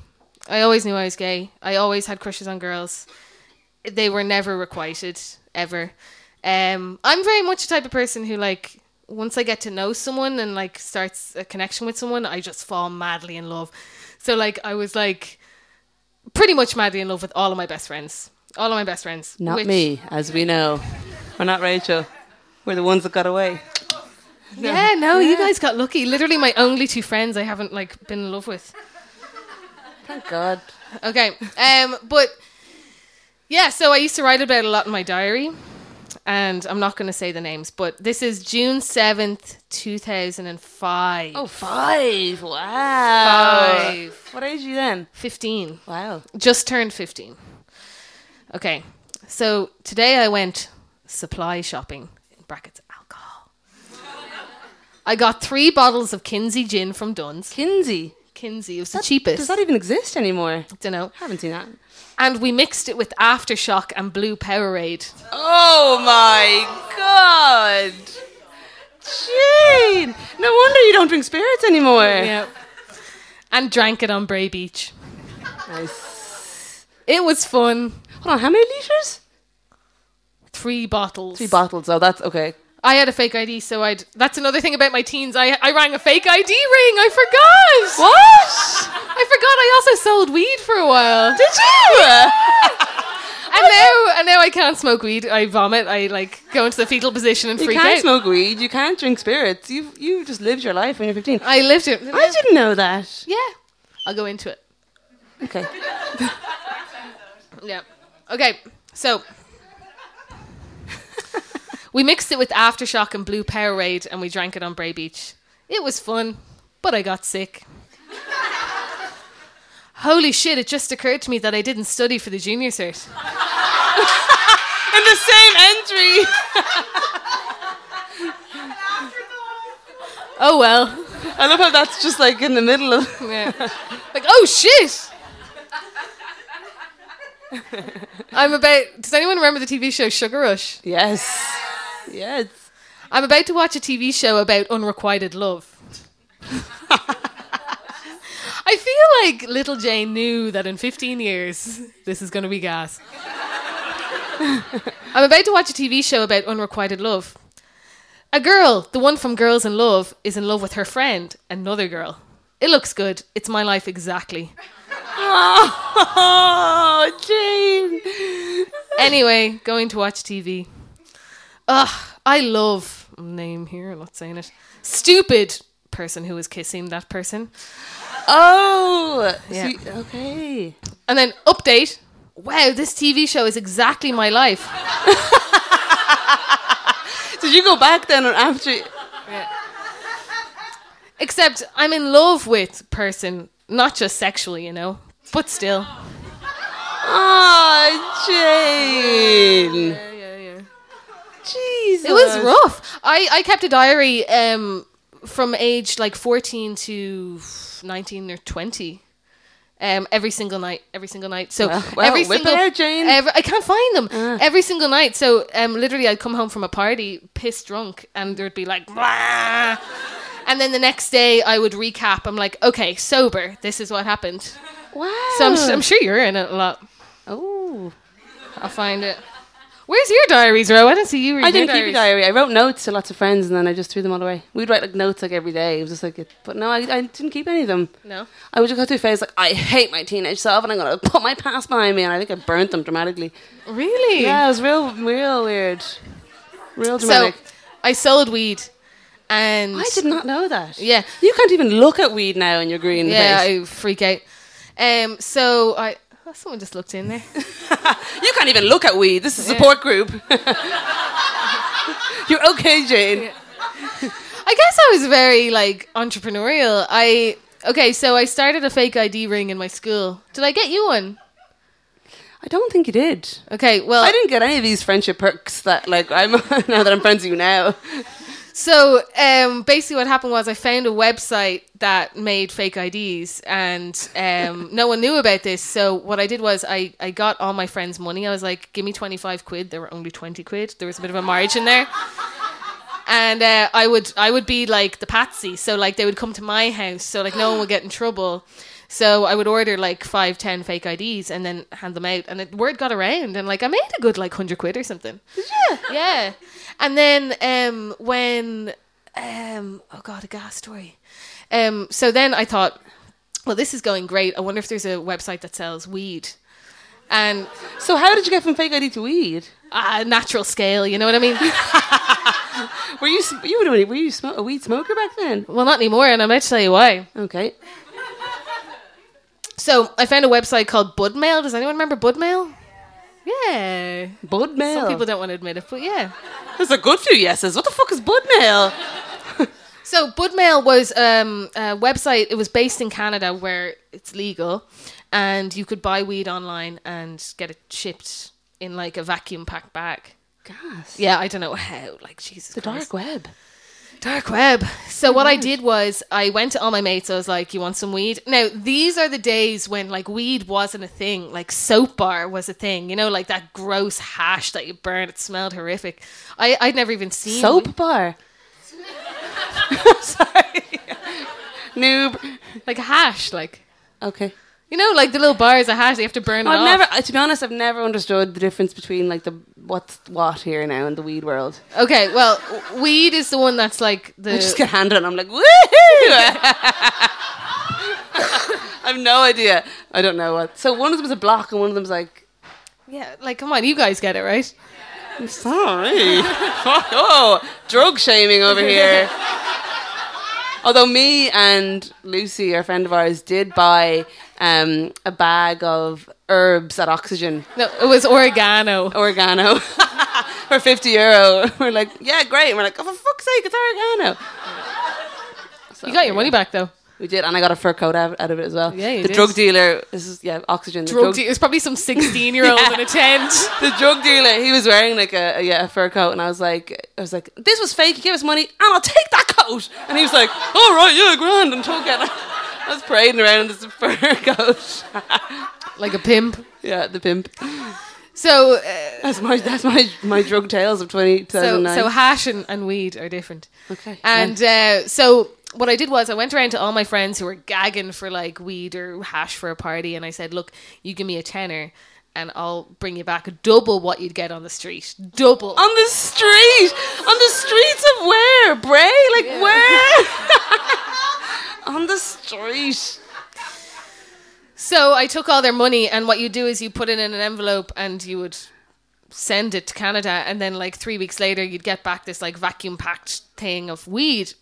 [SPEAKER 1] I always knew I was gay. I always had crushes on girls. They were never requited, ever. Um, I'm very much the type of person who like once I get to know someone and like starts a connection with someone, I just fall madly in love. So like I was like pretty much madly in love with all of my best friends. All of my best friends.
[SPEAKER 3] Not
[SPEAKER 1] which-
[SPEAKER 3] me, as we know. We're not Rachel. We're the ones that got away.
[SPEAKER 1] Yeah, no, you guys got lucky. Literally, my only two friends I haven't like been in love with.
[SPEAKER 3] Thank God.
[SPEAKER 1] Okay, um, but yeah, so I used to write about it a lot in my diary, and I'm not going to say the names, but this is June seventh, two thousand and five.
[SPEAKER 3] Oh, five. Wow.
[SPEAKER 1] Five.
[SPEAKER 3] What age are you then?
[SPEAKER 1] Fifteen.
[SPEAKER 3] Wow.
[SPEAKER 1] Just turned fifteen. Okay, so today I went supply shopping in brackets alcohol. I got three bottles of Kinsey gin from Dunn's.
[SPEAKER 3] Kinsey.
[SPEAKER 1] Kinsey it was the
[SPEAKER 3] That-
[SPEAKER 1] cheapest.
[SPEAKER 3] Does that even exist anymore?
[SPEAKER 1] don't know.
[SPEAKER 3] Haven't seen that.
[SPEAKER 1] and we mixed it with aftershock and blue powerade
[SPEAKER 3] Oh my God. Jane. No wonder you don't drink spirits anymore.
[SPEAKER 1] yeah and drank it on bray beach
[SPEAKER 3] Nice.
[SPEAKER 1] it was fun
[SPEAKER 3] Hold on, how many litres?
[SPEAKER 1] three bottles
[SPEAKER 3] Three bottles. Oh, that's okay.
[SPEAKER 1] i had a fake id so i'd that's another thing about my teens i i rang a fake id ring i forgot
[SPEAKER 3] What?
[SPEAKER 1] i forgot i also sold weed for a while
[SPEAKER 3] Did you?
[SPEAKER 1] and now and now i can't smoke weed i vomit i like go into the fetal position and
[SPEAKER 3] You
[SPEAKER 1] freak
[SPEAKER 3] can't
[SPEAKER 1] out
[SPEAKER 3] smoke weed. You can't drink spirits. You you just lived your life when you're 15.
[SPEAKER 1] i lived it
[SPEAKER 3] I didn't know that.
[SPEAKER 1] yeah i'll go into it
[SPEAKER 3] Okay.
[SPEAKER 1] Yeah. Okay. So we mixed it with aftershock and blue Powerade, and we drank it on Bray Beach. It was fun, but I got sick. Holy shit! It just occurred to me that I didn't study for the junior cert.
[SPEAKER 3] In the same entry.
[SPEAKER 1] Oh well.
[SPEAKER 3] I love how that's just like in the middle of.
[SPEAKER 1] Yeah. Like oh shit. I'm about. Does anyone remember the TV show Sugar Rush?
[SPEAKER 3] Yes. Yes.
[SPEAKER 1] I'm about to watch a TV show about unrequited love. I feel like little Jane knew that in 15 years, this is going to be gas. I'm about to watch a TV show about unrequited love. A girl, the one from Girls in Love, is in love with her friend, another girl. It looks good. It's my life exactly.
[SPEAKER 3] Oh, Jane.
[SPEAKER 1] Anyway, going to watch TV. Ugh, I love name here, I'm not saying it. Stupid person who is kissing that person.
[SPEAKER 3] Oh,
[SPEAKER 1] Yeah.
[SPEAKER 3] so you- okay.
[SPEAKER 1] And then update. Wow, this TV show is exactly my life.
[SPEAKER 3] Did you go back then and after?
[SPEAKER 1] Except I'm in love with person, not just sexually, you know, but still.
[SPEAKER 3] Oh, Jane. Jesus.
[SPEAKER 1] It was
[SPEAKER 3] Uh,
[SPEAKER 1] rough. I, I kept a diary um, from age like 14 to 19 or 20. Um, every single night, every single night. So
[SPEAKER 3] Well, well,
[SPEAKER 1] every
[SPEAKER 3] whip it
[SPEAKER 1] single
[SPEAKER 3] out, Jane. Ah.
[SPEAKER 1] every- I can't find them. Every single night. So um, literally, I'd come home from a party, pissed drunk, and there'd be like, "Blah." and then the next day I would recap. I'm like, okay, sober. This is what happened.
[SPEAKER 3] Wow.
[SPEAKER 1] So I'm, I'm sure you're in it a lot.
[SPEAKER 3] oh.
[SPEAKER 1] I'll find it. Where's your diaries, Ro? I don't see you. or
[SPEAKER 3] I
[SPEAKER 1] your
[SPEAKER 3] didn't keep a
[SPEAKER 1] diaries.
[SPEAKER 3] diary. I wrote notes to lots of friends, and then I just threw them all away. We'd write like notes like every day. It was just like, it, but no, I, I didn't keep any of them.
[SPEAKER 1] No.
[SPEAKER 3] I would just go through a phase like I hate my teenage self, and I'm gonna put my past behind me, and I think I burnt them dramatically.
[SPEAKER 1] Really?
[SPEAKER 3] Yeah, it was real, real weird, real
[SPEAKER 1] So
[SPEAKER 3] dramatic.
[SPEAKER 1] I sold weed, and
[SPEAKER 3] I did not know that.
[SPEAKER 1] Yeah.
[SPEAKER 3] you can't even look at weed now in your green
[SPEAKER 1] yeah,
[SPEAKER 3] face.
[SPEAKER 1] I freak out. Um, so I oh, someone just looked in there.
[SPEAKER 3] you can't even look at weed. This is a support group. You're okay, Jane.
[SPEAKER 1] I guess I was very like entrepreneurial. I okay, so I started a fake ID ring in my school. Did I get you one?
[SPEAKER 3] I don't think you did.
[SPEAKER 1] Okay, well,
[SPEAKER 3] I didn't get any of these friendship perks that like I'm now that I'm friends with you now.
[SPEAKER 1] So um, basically, what happened was I found a website that made fake IDs, and um, no one knew about this. So what I did was I, I got all my friends' money. I was like, "Give me twenty five quid." There were only twenty quid. There was a bit of a margin there, and uh, I would I would be like the patsy. So like they would come to my house, so like no one would get in trouble. So I would order like five, ten fake IDs, and then hand them out. And it, word got around, and like I made a good like hundred quid or something yeah. And then um, when um, oh god, a gas story. Um, so then I thought, well, this is going great. I wonder if there's a website that sells weed and
[SPEAKER 3] So how did you get from fake ID to weed?
[SPEAKER 1] uh, natural scale. You know what I mean?
[SPEAKER 3] Were you sm- you were doing were you smo- a weed smoker back then?
[SPEAKER 1] well, not anymore, and I'm about to tell you why.
[SPEAKER 3] Okay.
[SPEAKER 1] So I found a website called Budmail. Does anyone remember Budmail? Yeah.
[SPEAKER 3] Bud mail.
[SPEAKER 1] Some people don't want to admit it, but yeah.
[SPEAKER 3] There's a good few yeses. What the fuck is bud mail?
[SPEAKER 1] So Budmail was um, a website. It was based in Canada where it's legal, and you could buy weed online and get it shipped in like a vacuum packed bag.
[SPEAKER 3] Gas.
[SPEAKER 1] Yeah, I don't know how. Like Jesus,
[SPEAKER 3] The
[SPEAKER 1] Christ.
[SPEAKER 3] dark Mm-hmm. web.
[SPEAKER 1] dark web. So what I did was I went to all my mates. I was like, "You want some weed?" Now these are the days when like weed wasn't a thing. Like soap bar was a thing. You know, like that gross hash that you burn. It smelled horrific. I I'd never even seen weed.
[SPEAKER 3] Soap bar. Sorry. Noob.
[SPEAKER 1] like hash like.
[SPEAKER 3] Okay.
[SPEAKER 1] You know, like the little bars of hash, they have to burn it
[SPEAKER 3] I've
[SPEAKER 1] off.
[SPEAKER 3] never, uh, to be honest, I've never understood the difference between like the what's what here now in the weed world.
[SPEAKER 1] Okay, well, w- weed is the one that's like the.
[SPEAKER 3] I just get handed and I'm like, woohoo! I have no idea. I don't know what. So one of them is a block and one of them's like,
[SPEAKER 1] yeah, like come on, you guys get it right.
[SPEAKER 3] I'm sorry. oh, drug shaming over here. Although me and Lucy, our friend of ours, did buy um, a bag of herbs at Oxygen
[SPEAKER 1] No, it was oregano.
[SPEAKER 3] Oregano for 50 euro. We're like, yeah, great. And we're like, oh, for fuck's sake, it's Oregano. So,
[SPEAKER 1] You got your money back though.
[SPEAKER 3] We did, and I got a fur coat out, out of it as well.
[SPEAKER 1] Yeah, you
[SPEAKER 3] the
[SPEAKER 1] did.
[SPEAKER 3] drug dealer. This is yeah, oxygen. The
[SPEAKER 1] Drug de- it was probably some sixteen-year-old in a tent.
[SPEAKER 3] the drug dealer. He was wearing like a, a- yeah a fur coat, and I was like, I was like, this was fake. He gave us money, and I'll take that coat. And he was like, all right, yeah, grand, and took it. I was parading around in this fur coat.
[SPEAKER 1] like a pimp.
[SPEAKER 3] yeah, the pimp.
[SPEAKER 1] So, uh,
[SPEAKER 3] That's my that's my my drug tales of twenty thousand
[SPEAKER 1] so,
[SPEAKER 3] nine.
[SPEAKER 1] so hash and, and weed are different.
[SPEAKER 3] okay,
[SPEAKER 1] And uh, so what I did was I went around to all my friends who were gagging for like weed or hash for a party, and I said, "Look, you give me a tenner, and I'll bring you back double what you'd get on the street. Double.
[SPEAKER 3] On the street, on the streets of where, Bray? Like where? on the street.
[SPEAKER 1] So I took all their money, and what you do is you put it in an envelope and you would send it to Canada, and then like three weeks later, you'd get back this like vacuum packed thing of weed.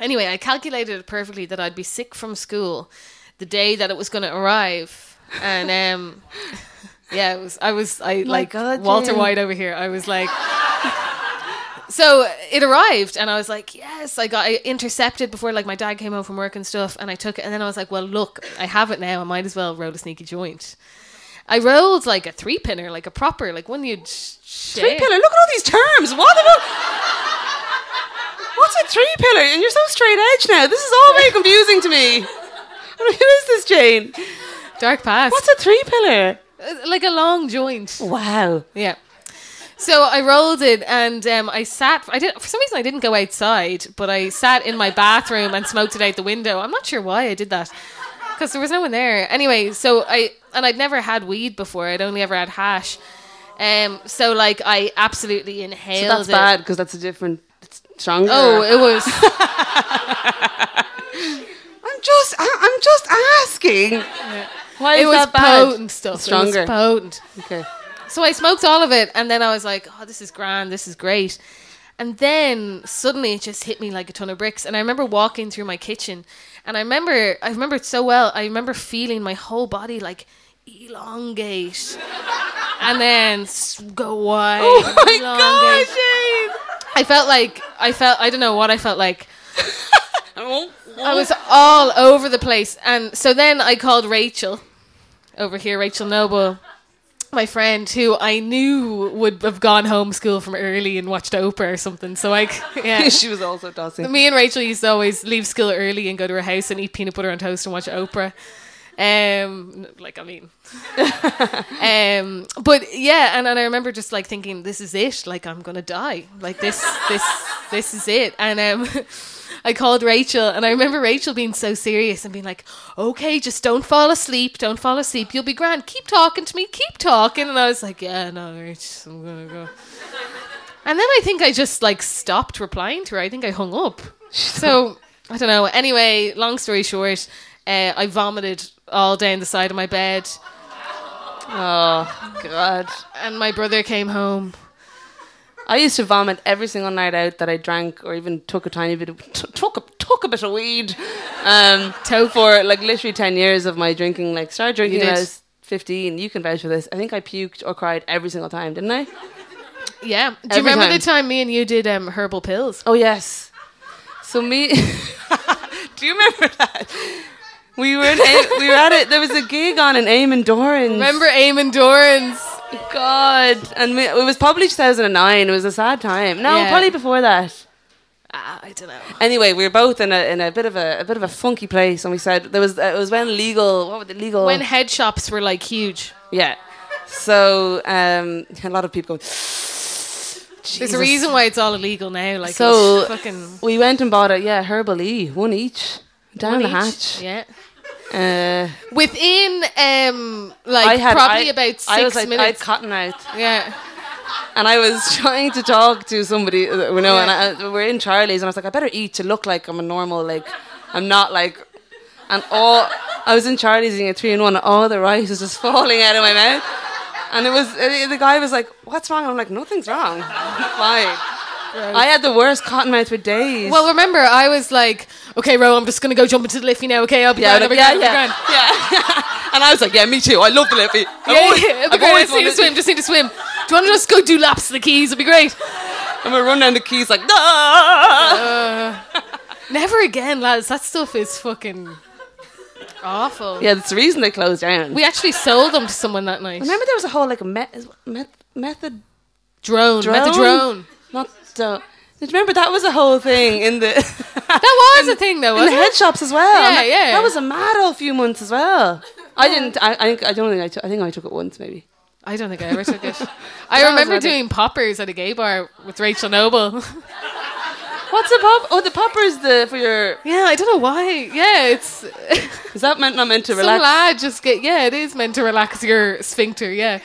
[SPEAKER 1] Anyway, I calculated it perfectly that I'd be sick from school the day that it was going to arrive, and um, yeah, it was. I was I like
[SPEAKER 2] God,
[SPEAKER 1] Walter
[SPEAKER 2] Jane.
[SPEAKER 1] White over here. I was like. So it arrived, and I was like, "Yes!" I got I intercepted before like my dad came home from work and stuff, and I took it, and then I was like, "Well, look, I have it now. I might as well roll a sneaky joint." I rolled like a three pinner, like a proper, like one you'd
[SPEAKER 3] Three
[SPEAKER 1] three
[SPEAKER 3] pillar. Look at all these terms. What about? What's a three pillar? And you're so straight edge now. This is all very confusing to me. Who is this, Jane?
[SPEAKER 1] dark past,
[SPEAKER 3] What's a three pillar?
[SPEAKER 1] Uh, like a long joint.
[SPEAKER 3] Wow.
[SPEAKER 1] Yeah. So I rolled it, and um, I sat. I did for some reason I didn't go outside, but I sat in my bathroom and smoked it out the window. I'm not sure why I did that, because there was no one there. Anyway, so I and I'd never had weed before. I'd only ever had hash. Um, so like I absolutely
[SPEAKER 3] So
[SPEAKER 1] inhaled.
[SPEAKER 3] that's
[SPEAKER 1] it.
[SPEAKER 3] bad because that's a different. It's stronger.
[SPEAKER 1] Oh, it was.
[SPEAKER 3] I'm just, I, I'm just asking. Why
[SPEAKER 1] it was
[SPEAKER 3] bad?
[SPEAKER 1] potent stuff. It
[SPEAKER 3] Stronger.
[SPEAKER 1] was potent.
[SPEAKER 3] Okay.
[SPEAKER 1] So I smoked all of it, and then I was like, "Oh, this is grand. This is great." And then suddenly it just hit me like a ton of bricks. And I remember walking through my kitchen, and I remember I remember it so well. I remember feeling my whole body like elongate, and then s- go wide.
[SPEAKER 3] Oh my
[SPEAKER 1] elongate.
[SPEAKER 3] gosh,
[SPEAKER 1] I felt like I felt I don't know what I felt like.
[SPEAKER 3] Jane.
[SPEAKER 1] I was all over the place. And so then I called Rachel over here, Rachel Noble, my friend who I knew would have gone home school from early and watched Oprah or something. So I, yeah.
[SPEAKER 3] she was also tossing.
[SPEAKER 1] Me and Rachel used to always leave school early and go to her house and eat peanut butter on toast and watch Oprah. Um, like I mean, um, but yeah, and, and I remember just like thinking, this is it. Like I'm gonna die. Like this, this, this is it. And um, I called Rachel, and I remember Rachel being so serious and being like, "Okay, just don't fall asleep. Don't fall asleep. You'll be grand. Keep talking to me. Keep talking." And I was like, "Yeah, no, Rach, I'm gonna go." And then I think I just like stopped replying to her. I think I hung up. So I don't know. Anyway, long story short, uh, I vomited all down the side of my bed,
[SPEAKER 3] Oh God!
[SPEAKER 1] and my brother came home.
[SPEAKER 3] I used to vomit every single night out that I drank or even took a tiny bit of t- took a took a bit of weed. Um, for like literally ten years of my drinking, like started drinking when I
[SPEAKER 1] did.
[SPEAKER 3] was fifteen. You can vouch for this. I think I puked or cried every single time, didn't I?
[SPEAKER 1] Yeah. Do
[SPEAKER 3] Every
[SPEAKER 1] you remember
[SPEAKER 3] time.
[SPEAKER 1] the time me and you did um, herbal pills?
[SPEAKER 3] Oh yes. So me, do you remember that? We were in a- we were at it. There was a gig on in Eamon Doran.
[SPEAKER 1] Remember Eamon Doran's?
[SPEAKER 3] God, and we, it was probably 2009. It was a sad time. No,
[SPEAKER 1] Yeah.
[SPEAKER 3] probably before that.
[SPEAKER 1] Ah, I don't know.
[SPEAKER 3] Anyway, we were both in a in a bit of a, a bit of a funky place, and we said there was it was when legal. What were the legal?
[SPEAKER 1] When head shops were like huge.
[SPEAKER 3] yeah. So um, a lot of people. Going,
[SPEAKER 1] There's
[SPEAKER 3] Jesus.
[SPEAKER 1] a reason why it's all illegal now. Like
[SPEAKER 3] So-
[SPEAKER 1] it's fucking
[SPEAKER 3] We went and bought a yeah herbal E one each down
[SPEAKER 1] one
[SPEAKER 3] the
[SPEAKER 1] each.
[SPEAKER 3] hatch.
[SPEAKER 1] Yeah.
[SPEAKER 3] Uh,
[SPEAKER 1] Within um like
[SPEAKER 3] I had
[SPEAKER 1] probably
[SPEAKER 3] I-
[SPEAKER 1] about six
[SPEAKER 3] I was like, I had
[SPEAKER 1] minutes.
[SPEAKER 3] cotton out,
[SPEAKER 1] yeah.
[SPEAKER 3] and I was trying to talk to somebody. uh, You know, and I, we're in Charlie's, and I was like, I better eat to look like I'm a normal. Like, I'm not like and all I was in Charlie's eating a three in one, and all the rice was just falling out of my mouth. And it was uh, the guy was like, "What's wrong?" And I'm like, "Nothing's wrong, fine." I had the worst cotton mouth for days.
[SPEAKER 1] Well, remember, I was like, okay, Ro, I'm just going to go jump into the Liffey now, okay? I'll be
[SPEAKER 3] yeah,
[SPEAKER 1] grand, I'll be
[SPEAKER 3] yeah,
[SPEAKER 1] grand, I'll be
[SPEAKER 3] yeah,
[SPEAKER 1] grand.
[SPEAKER 3] yeah. and I was like, "Yeah, me too. I love the lippy.
[SPEAKER 1] Yeah, yeah, I'll be
[SPEAKER 3] I've
[SPEAKER 1] grand. I
[SPEAKER 3] always
[SPEAKER 1] just need to
[SPEAKER 3] wanted
[SPEAKER 1] swim, just need to swim. Do you want to just go do laps of the keys? It'd be great.
[SPEAKER 3] And we run down the keys like, "No!"
[SPEAKER 1] Uh, Never again, lads. That stuff is fucking awful.
[SPEAKER 3] Yeah, that's the reason they closed down.
[SPEAKER 1] We actually sold them to someone that night.
[SPEAKER 3] Remember, there was a whole like meth, meth, method
[SPEAKER 1] Drone.
[SPEAKER 3] drone.
[SPEAKER 1] Drone. drone.
[SPEAKER 3] Not uh, did you remember that was a whole thing in the
[SPEAKER 1] That was a thing, though,
[SPEAKER 3] in the
[SPEAKER 1] wasn't
[SPEAKER 3] head
[SPEAKER 1] it?
[SPEAKER 3] shops as well.
[SPEAKER 1] Yeah,
[SPEAKER 3] And
[SPEAKER 1] yeah.
[SPEAKER 3] That was a mad old few months as well. I didn't. I, I think. I don't think I. Took, I think I took it once maybe.
[SPEAKER 1] I don't think I ever took it. I
[SPEAKER 3] was
[SPEAKER 1] remember
[SPEAKER 3] about it.
[SPEAKER 1] doing poppers at a gay bar with Rachel Noble.
[SPEAKER 3] What's a pop? Oh, the popper is the for your.
[SPEAKER 1] Yeah, I don't know why. Yeah, it's
[SPEAKER 3] Is that meant not meant to
[SPEAKER 1] some
[SPEAKER 3] relax?
[SPEAKER 1] lad just get. Yeah, it is meant to relax your sphincter. Yeah,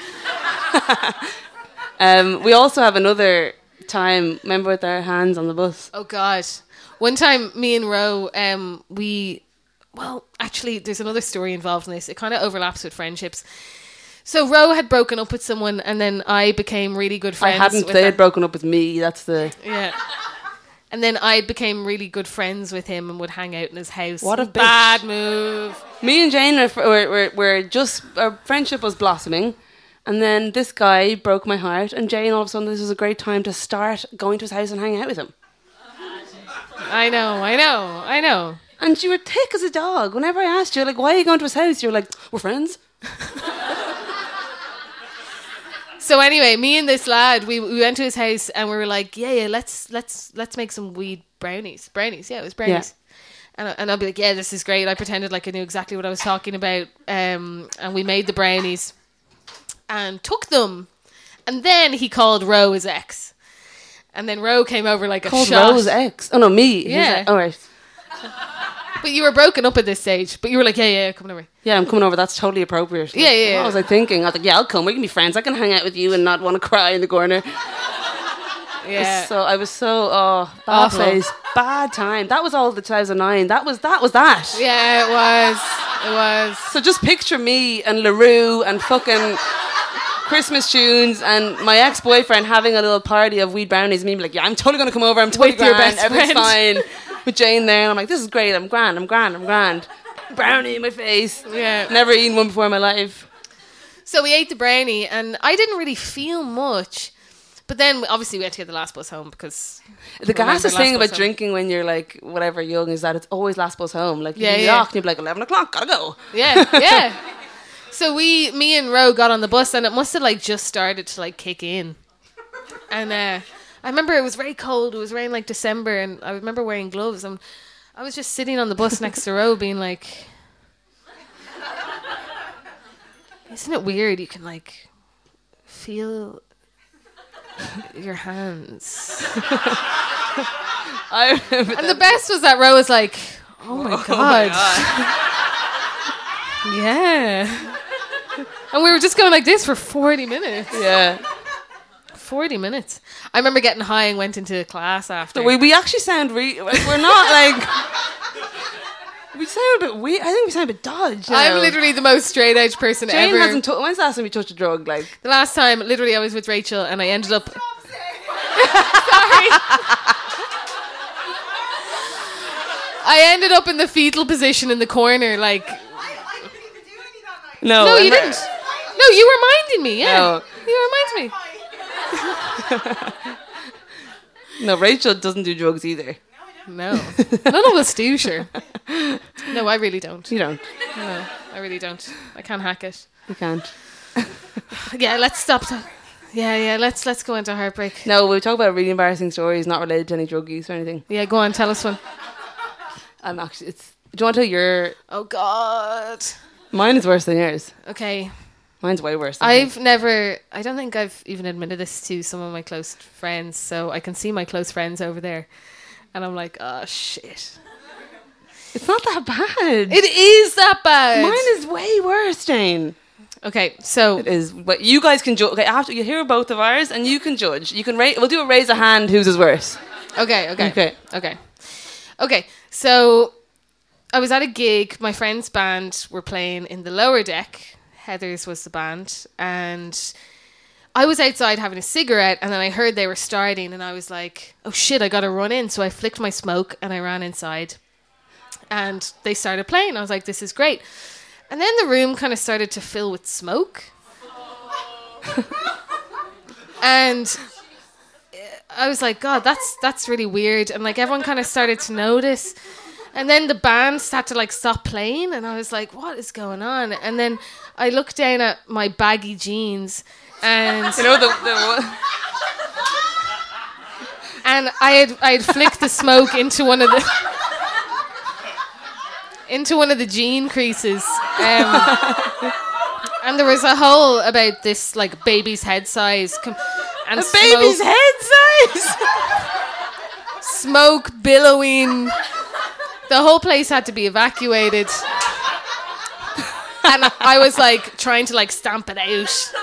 [SPEAKER 3] Um, we also have another time. Remember with our hands on the bus.
[SPEAKER 1] Oh God! One time, me and Ro, um, we, well, actually, there's another story involved in this. It kind of overlaps with friendships. So Ro had broken up with someone, and then I became really good
[SPEAKER 3] I
[SPEAKER 1] friends.
[SPEAKER 3] hadn't.
[SPEAKER 1] with
[SPEAKER 3] They
[SPEAKER 1] her.
[SPEAKER 3] had broken up with me. That's the.
[SPEAKER 1] Yeah. And then I became really good friends with him and would hang out in his house.
[SPEAKER 3] What a bitch.
[SPEAKER 1] bad move!
[SPEAKER 3] Me and Jane were, were, were, were just our friendship was blossoming, and then this guy broke my heart. And Jane, all of a sudden, this was a great time to start going to his house and hanging out with him.
[SPEAKER 1] I know, I know, I know.
[SPEAKER 3] And you were thick as a dog. Whenever I asked you, like, why are you going to his house? You're like, we're friends.
[SPEAKER 1] So anyway, me and this lad, we, we went to his house and we were like, yeah, yeah, let's let's let's make some weed brownies, brownies. Yeah, it was brownies. And I, and I'll be like, yeah, this is great. I pretended like I knew exactly what I was talking about, um, and we made the brownies and took them. And then he called Ro his ex, and then Ro came over like a
[SPEAKER 3] Called
[SPEAKER 1] shot.
[SPEAKER 3] Rose ex. Oh no, me. He was
[SPEAKER 1] Yeah.
[SPEAKER 3] like, All right.
[SPEAKER 1] But you were broken up at this stage. But you were like, yeah, yeah, yeah, come over.
[SPEAKER 3] Yeah, I'm coming over. That's totally appropriate. Like,
[SPEAKER 1] Yeah, yeah,
[SPEAKER 3] What
[SPEAKER 1] yeah.
[SPEAKER 3] was I thinking? I was like, yeah, I'll come. We can be friends. I can hang out with you and not want to cry in the corner.
[SPEAKER 1] Yeah.
[SPEAKER 3] So I was so oh bad
[SPEAKER 1] Awful.
[SPEAKER 3] place, bad time. That was all the 2009. That was that was that.
[SPEAKER 1] yeah, it was. It was.
[SPEAKER 3] So just picture me and Larue and fucking Christmas tunes and my ex boyfriend having a little party of weed brownies. Me being like, yeah, I'm totally gonna come over. I'm totally
[SPEAKER 1] With your
[SPEAKER 3] grand.
[SPEAKER 1] best
[SPEAKER 3] Everything's
[SPEAKER 1] friend."
[SPEAKER 3] fine. With Jane there, and I'm like, this is great. I'm grand. I'm grand. I'm grand. Brownie in my face.
[SPEAKER 1] Yeah.
[SPEAKER 3] Never eaten one before in my life.
[SPEAKER 1] So we ate the brownie, and I didn't really feel much. But then, obviously, we had to get the last bus home because
[SPEAKER 3] The
[SPEAKER 1] Remember
[SPEAKER 3] gas is
[SPEAKER 1] last
[SPEAKER 3] thing
[SPEAKER 1] bus
[SPEAKER 3] about
[SPEAKER 1] home.
[SPEAKER 3] drinking when you're like whatever young is that it's always last bus home. Like
[SPEAKER 1] Yeah,
[SPEAKER 3] you
[SPEAKER 1] yeah.
[SPEAKER 3] knock and you're like eleven o'clock, gotta go.
[SPEAKER 1] yeah, yeah. So we, me and Ro, got on the bus, and it must have like just started to like kick in. And uh, I remember it was very cold. It was raining like December, and I remember wearing gloves. And I was just sitting on the bus next to Ro, being like, "Isn't it weird? You can like feel your hands."
[SPEAKER 3] I remember
[SPEAKER 1] And the best was that Ro was like, "Oh my god, yeah." And we were just going like this for forty minutes.
[SPEAKER 3] yeah.
[SPEAKER 1] Forty minutes. I remember getting high and went into class after.
[SPEAKER 3] We, we actually sound re- like, we're not like we sound a bit weird. I think we sound a bit dodge. you
[SPEAKER 1] I'm
[SPEAKER 3] know.
[SPEAKER 1] literally the most straight edge person
[SPEAKER 3] Jane
[SPEAKER 1] ever.
[SPEAKER 3] hasn't. T- when's the last time we touched a drug? Like
[SPEAKER 1] the last time, literally, I was with Rachel and I ended up. I ended up in the fetal position in the corner, like.
[SPEAKER 4] I didn't even do any that night.
[SPEAKER 3] no,
[SPEAKER 1] no,
[SPEAKER 3] I'm
[SPEAKER 1] you
[SPEAKER 3] not-
[SPEAKER 1] didn't. No, you reminded me. Yeah,
[SPEAKER 3] Oh, No.
[SPEAKER 1] you reminded me.
[SPEAKER 3] No, Rachel doesn't do drugs either.
[SPEAKER 1] No, none of us do. Sure. No, I really don't.
[SPEAKER 3] You don't.
[SPEAKER 1] No, I really don't. I can't hack it.
[SPEAKER 3] You can't.
[SPEAKER 1] Yeah, let's stop. ta- yeah, yeah. Let's let's go into heartbreak.
[SPEAKER 3] No, we talk about really embarrassing stories not related to any drug use or anything.
[SPEAKER 1] Yeah, go on. Tell us one.
[SPEAKER 3] I'm actually. It's. Do you want to tell your?
[SPEAKER 1] Oh God.
[SPEAKER 3] Mine is worse than yours.
[SPEAKER 1] Okay.
[SPEAKER 3] Mine's way worse. Than
[SPEAKER 1] I've never. I don't think I've even admitted this to some of my close friends. So I can see my close friends over there, and I'm like, oh shit.
[SPEAKER 3] It's not that bad.
[SPEAKER 1] It is that bad.
[SPEAKER 3] Mine is way worse, Jane.
[SPEAKER 1] okay. So
[SPEAKER 3] It is, but you guys can judge. Okay, after you hear both of ours, and you can judge. You can rate. We'll do a raise a hand. Whose is worse?
[SPEAKER 1] Okay, okay.
[SPEAKER 3] Okay.
[SPEAKER 1] Okay. Okay. Okay. So I was at a gig, my friend's band were playing in the lower deck. Heather's was the band and I was outside having a cigarette and then I heard they were starting and I was like, "Oh shit, I got to run in." So I flicked my smoke and I ran inside. And they started playing. I was like, "This is great." And then the room kind of started to fill with smoke. and I was like, God, that's that's really weird. And like everyone kind of started to notice. And then the band started to like stop playing, and I was like, what is going on? And then I looked down at my baggy jeans, and
[SPEAKER 3] You know the, the one-
[SPEAKER 1] and I had I had flicked the smoke into one of the into one of the jean creases, um, and there was a hole about this like baby's head size. Com- and
[SPEAKER 3] baby's
[SPEAKER 1] smoke-
[SPEAKER 3] head size.
[SPEAKER 1] smoke billowing. The whole place had to be evacuated. And I was like trying to like stamp it out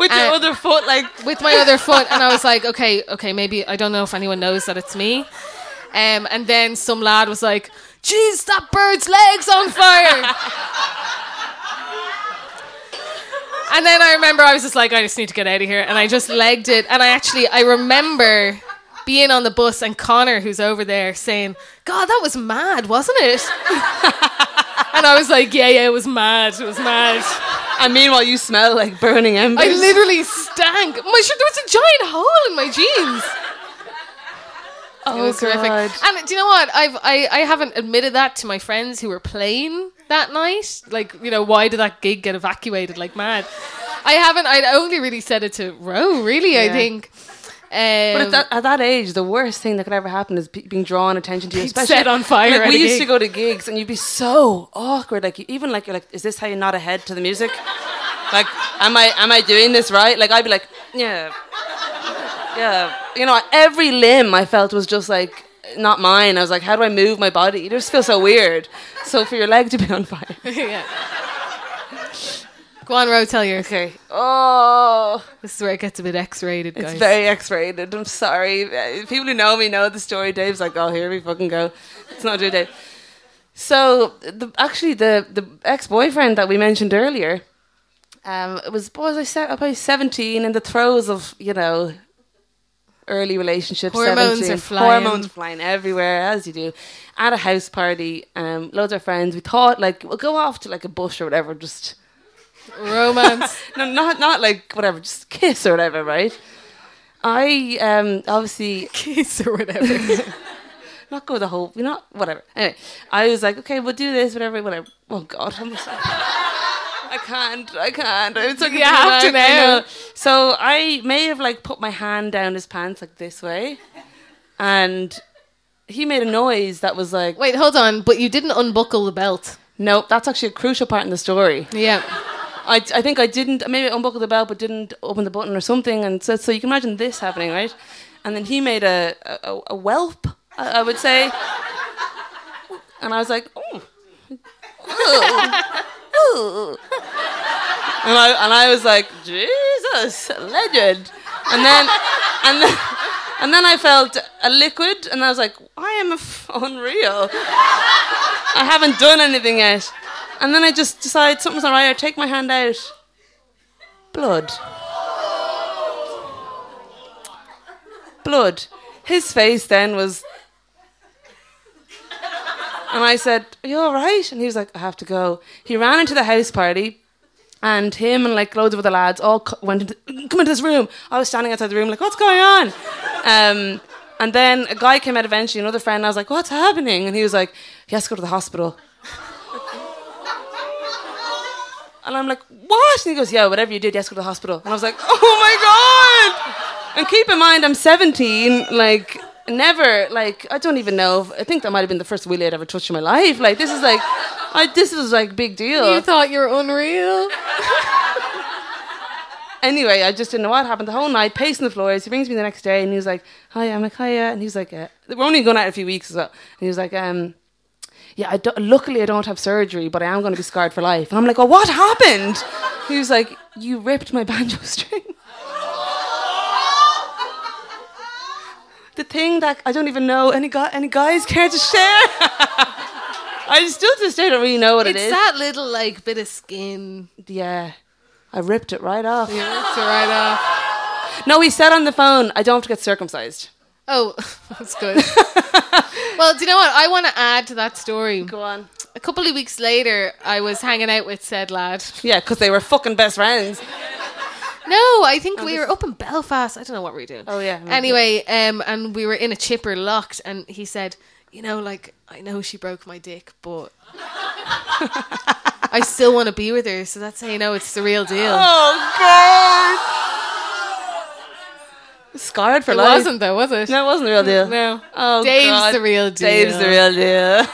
[SPEAKER 3] With
[SPEAKER 1] Uh,
[SPEAKER 3] your other foot, like
[SPEAKER 1] with my other foot and I was like, okay, okay, maybe I don't know if anyone knows that it's me. Um, and then some lad was like, "Jeez, that bird's legs on fire!" and then I remember I was just like, I just need to get out of here, and I just legged it. And I actually I remember being on the bus and Connor, who's over there, saying, "God, that was mad, wasn't it?" and I was like, "Yeah, yeah, it was mad. It was mad."
[SPEAKER 3] and meanwhile you smell like burning embers.
[SPEAKER 1] I literally stank. My shirt, there was a giant hole in my jeans. Oh, it was
[SPEAKER 3] God.
[SPEAKER 1] horrific. And do you know what? I've I, I haven't admitted that to my friends who were playing that night. Like, you know, why did that gig get evacuated like mad? I haven't. I'd only really said it to Ro. Really, I
[SPEAKER 3] Yeah.
[SPEAKER 1] think.
[SPEAKER 3] But
[SPEAKER 1] Um,
[SPEAKER 3] at that, at that age, the worst thing that could ever happen is pe- being drawn attention to you. Especially
[SPEAKER 1] set on fire
[SPEAKER 3] Like,
[SPEAKER 1] at
[SPEAKER 3] we
[SPEAKER 1] a
[SPEAKER 3] used
[SPEAKER 1] gig.
[SPEAKER 3] to go to gigs, and you'd be so awkward. Like you, even like you're like, is this how you nod a head to the music? Like, am I am I doing this right? Like I'd be like, yeah, yeah. You know, every limb I felt was just like not mine. I was like, how do I move my body? It just feels so weird. So for your leg to be on fire.
[SPEAKER 1] yeah. Go on, Ro. Tell yours.
[SPEAKER 3] Okay. Oh.
[SPEAKER 1] This is where it gets a bit X-rated,
[SPEAKER 3] It's
[SPEAKER 1] guys.
[SPEAKER 3] very X-rated. I'm sorry. Uh, People who know me know the story. Dave's like, "Oh, here we fucking go." It's not due, Dave. So, the, actually, the the ex-boyfriend that we mentioned earlier, um, it was what was I se- probably 17 in the throes of you know early relationships.
[SPEAKER 1] Hormones
[SPEAKER 3] 17.
[SPEAKER 1] are flying.
[SPEAKER 3] Hormones flying everywhere as you do. At a house party, um, loads of friends. We thought like we'll go off to like a bush or whatever, just
[SPEAKER 1] romance.
[SPEAKER 3] no, not not like whatever, just kiss or whatever, right? I um obviously
[SPEAKER 1] Kiss or whatever.
[SPEAKER 3] not go the whole we not whatever. Anyway, I was like, okay, we'll do this, whatever, whatever. Oh God, I'm sorry. I can't, I can't. It's like
[SPEAKER 1] You have to now.
[SPEAKER 3] So I may have like put my hand down his pants like this way, and he made a noise that was like,
[SPEAKER 1] Wait, hold on. But you didn't unbuckle the belt.
[SPEAKER 3] nope, that's actually a crucial part in the story.
[SPEAKER 1] Yeah.
[SPEAKER 3] I, I think I didn't maybe I unbuckled the belt but didn't open the button or something and so so you can imagine this happening right and then he made a a, a whelp I, I would say and I was like oh Ooh. Ooh. and I and I was like Jesus legend and then and then and then I felt a liquid and I was like I am a f- unreal I haven't done anything yet. And then I just decide something's not right. I take my hand out. Blood. Blood. His face then was. And I said, Are you all right? And he was like, I have to go. He ran into the house party. And him and like loads of other lads all co- went into, come into this room. I was standing outside the room, like, what's going on? Um, and then a guy came out eventually, another friend. And I was like, what's happening? And he was like, he has to go to the hospital. And I'm like, what? And he goes, yeah, whatever you did, you have to go to the hospital. And I was like, oh my God. And keep in mind, I'm 17. Like, never, like, I don't even know. If, I think that might have been the first wheelie I'd ever touched in my life. Like, this is like, I, this is like big deal.
[SPEAKER 1] You thought you were unreal.
[SPEAKER 3] anyway, I just didn't know what happened the whole night, pacing the floors. He rings me the next day and he was like, Hi, I'm like, Hiya. And he was like, uh, We're only going out a few weeks as well. And he was like, um, Yeah, I don't, luckily I don't have surgery, but I am going to be scarred for life. And I'm like, Well, what happened? He was like, You ripped my banjo string. The thing that I don't even know any, guy, any guys care to share. I still to this day don't really know what
[SPEAKER 1] It's
[SPEAKER 3] it is.
[SPEAKER 1] that little like bit of skin.
[SPEAKER 3] yeah, I ripped it right off.
[SPEAKER 1] Yeah, it's right off.
[SPEAKER 3] No, he said on the phone, I don't have to get circumcised.
[SPEAKER 1] Oh, that's good. well, do you know what? I want to add to that story.
[SPEAKER 3] Go on.
[SPEAKER 1] A couple of weeks later, I was hanging out with said lad.
[SPEAKER 3] Yeah, because they were fucking best friends.
[SPEAKER 1] No, I think we were up in Belfast. I don't know what we were doing.
[SPEAKER 3] Oh, yeah, I remember.
[SPEAKER 1] Anyway, um, and we were in a chipper locked, and he said, "You know, like I know she broke my dick, but I still want to be with her. So that's how you know it's the real deal."
[SPEAKER 3] Oh, God. Scarred for
[SPEAKER 1] it
[SPEAKER 3] life.
[SPEAKER 1] wasn't though, was it?
[SPEAKER 3] No, it wasn't the real deal.
[SPEAKER 1] No.
[SPEAKER 3] Oh,
[SPEAKER 1] Dave's
[SPEAKER 3] God.
[SPEAKER 1] the real deal.
[SPEAKER 3] Dave's the real deal.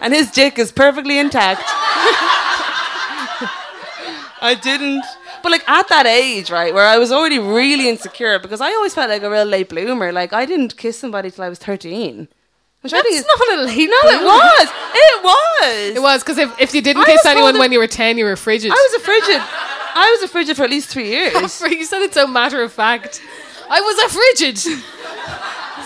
[SPEAKER 3] and his dick is perfectly intact. I didn't. but like at that age, right, where I was already really insecure because I always felt like a real late bloomer. Like I didn't kiss somebody till I was thirteen. Which I think is
[SPEAKER 1] not a late
[SPEAKER 3] No, it was. It was.
[SPEAKER 1] It was because if, if you didn't
[SPEAKER 3] I
[SPEAKER 1] kiss
[SPEAKER 3] was
[SPEAKER 1] anyone
[SPEAKER 3] holding-
[SPEAKER 1] when you were ten, you were frigid.
[SPEAKER 3] I was a frigid. I was a frigid for at least three years.
[SPEAKER 1] you said it so matter of fact. I was a frigid.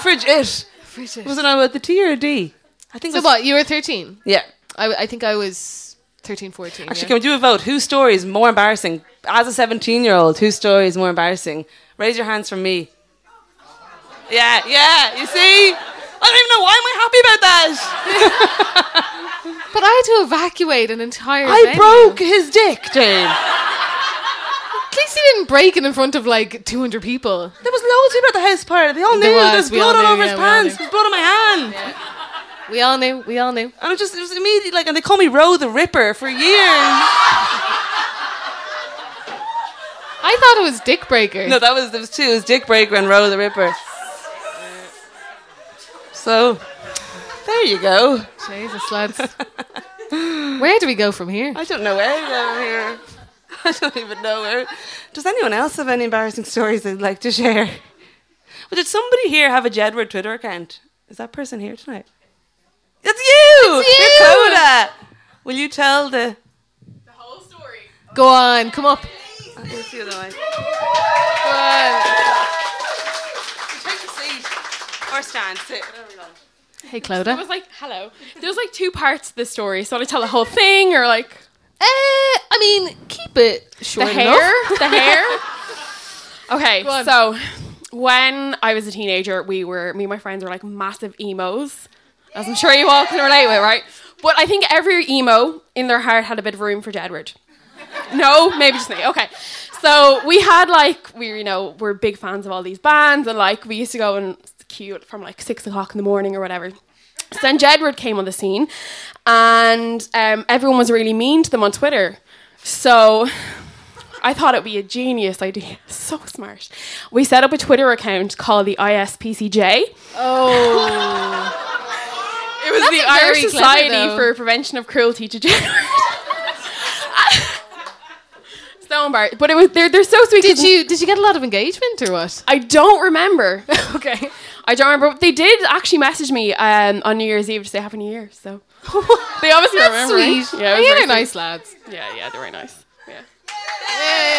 [SPEAKER 3] frigid.
[SPEAKER 1] Frigid.
[SPEAKER 3] Was it on with the T or a D? I think. it
[SPEAKER 1] So
[SPEAKER 3] was-
[SPEAKER 1] what? You were thirteen.
[SPEAKER 3] Yeah.
[SPEAKER 1] I, I think I was 13, 14.
[SPEAKER 3] Actually,
[SPEAKER 1] yeah.
[SPEAKER 3] can we do a vote? Whose story is more embarrassing? As a 17 year old, whose story is more embarrassing? Raise your hands for me. Yeah, yeah, you see? I don't even know why am I happy about that.
[SPEAKER 1] but I had to evacuate an entire.
[SPEAKER 3] I
[SPEAKER 1] venue.
[SPEAKER 3] broke his dick, Jane.
[SPEAKER 1] At least you didn't break it in front of like 200 people.
[SPEAKER 3] There was loads of people at the house party. They all knew.
[SPEAKER 1] There was,
[SPEAKER 3] There's
[SPEAKER 1] we
[SPEAKER 3] blood
[SPEAKER 1] all
[SPEAKER 3] all,
[SPEAKER 1] knew,
[SPEAKER 3] over
[SPEAKER 1] yeah,
[SPEAKER 3] his
[SPEAKER 1] we all
[SPEAKER 3] pants.
[SPEAKER 1] knew.
[SPEAKER 3] There's blood on my hand.
[SPEAKER 1] We all knew. We all knew.
[SPEAKER 3] And it just it was immediately like, and they call me Roe the Ripper for years.
[SPEAKER 1] I thought it was Dick Breaker.
[SPEAKER 3] No, that was there was two. It was Dick Breaker and Roe the Ripper. So there you go.
[SPEAKER 1] Jesus, lads. Where do we go from here?
[SPEAKER 3] I don't know where I'm here. I don't even know where. Does anyone else have any embarrassing stories they'd like to share? Well, did somebody here have a Jedward Twitter account? Is that person here tonight? It's you,
[SPEAKER 1] It's you!
[SPEAKER 3] Dakota. Will you tell the?
[SPEAKER 1] Go on, come up.
[SPEAKER 3] Here's the other one.
[SPEAKER 1] Go on.
[SPEAKER 3] Take your seat or stand. Sit. Whatever you like.
[SPEAKER 1] Hey,
[SPEAKER 5] I
[SPEAKER 1] Clodagh. Uh,
[SPEAKER 5] was like, hello. There's like two parts to the story, so I tell the whole thing or like
[SPEAKER 1] Uh, I mean, keep it
[SPEAKER 5] the
[SPEAKER 1] short
[SPEAKER 5] hair,
[SPEAKER 1] enough.
[SPEAKER 5] the hair. Okay,
[SPEAKER 1] on.
[SPEAKER 5] so when I was a teenager, we were me and my friends were like massive emos, as I'm sure you all can relate with, right? But I think every emo in their heart had a bit of room for Jedward. No, maybe just me. Okay. So we had like we you know we're big fans of all these bands and like we used to go and queue from like six o'clock in the morning or whatever. So then Jedward came on the scene, and um, everyone was really mean to them on Twitter. So I thought it would be a genius idea. So smart. We set up a Twitter account called the ISPCJ.
[SPEAKER 1] Oh,
[SPEAKER 5] It was the
[SPEAKER 1] very
[SPEAKER 5] Irish
[SPEAKER 1] clever,
[SPEAKER 5] Society
[SPEAKER 1] though.
[SPEAKER 5] for Prevention of Cruelty to Gender. so embarrassed. But it was they're, they're so sweet.
[SPEAKER 1] did
[SPEAKER 5] 'cause
[SPEAKER 1] you did you get a lot of engagement or what?
[SPEAKER 5] I don't remember. okay. I don't remember. They did actually message me um, on New Year's Eve to say Happy New Year. So they obviously
[SPEAKER 1] That's
[SPEAKER 5] remember. me.
[SPEAKER 1] sweet.
[SPEAKER 5] Yeah, it
[SPEAKER 1] Yeah,
[SPEAKER 5] was very
[SPEAKER 1] they're
[SPEAKER 5] sweet.
[SPEAKER 1] nice lads.
[SPEAKER 5] Yeah, yeah, they're very nice. Yeah.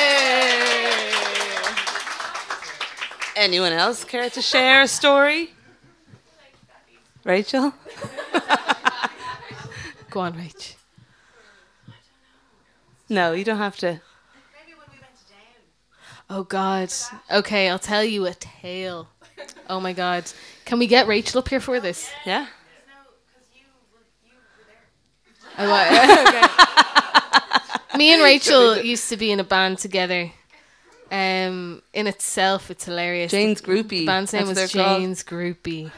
[SPEAKER 3] Anyone else care to share a story? Rachel?
[SPEAKER 1] Go on, Rach.
[SPEAKER 3] No, you don't have to.
[SPEAKER 1] Oh God. Okay, I'll tell you a tale. Oh my God. Can we get Rachel up here for this?
[SPEAKER 3] Yeah?
[SPEAKER 1] I wa- okay. Me and Rachel used to be in a band together. Um, in itself, it's hilarious.
[SPEAKER 3] Jane's groupie.
[SPEAKER 1] the band's name
[SPEAKER 3] that's
[SPEAKER 1] was
[SPEAKER 3] what they're called.
[SPEAKER 1] Jane's Groupie.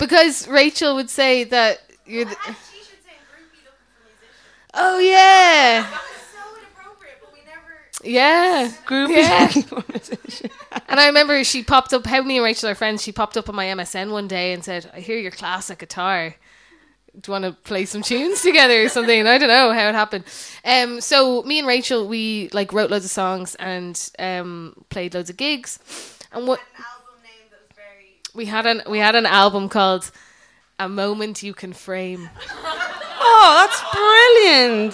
[SPEAKER 1] Because Rachel would say that you're. The-
[SPEAKER 4] T-shirts and groupie looking for musicians.
[SPEAKER 1] oh yeah,
[SPEAKER 4] That was so inappropriate, but we never.
[SPEAKER 1] yeah.
[SPEAKER 3] Groupie.
[SPEAKER 1] And I remember she popped up, how me and Rachel are friends, she popped up on my MSN one day and said, I hear your classic guitar. Do you want to play some tunes together or something? I don't know how it happened. Um, so me and Rachel, we like wrote loads of songs and um, played loads of gigs. And what
[SPEAKER 4] An album name that was very.
[SPEAKER 1] we had an we had an album called "A Moment You Can Frame."
[SPEAKER 3] oh, that's brilliant.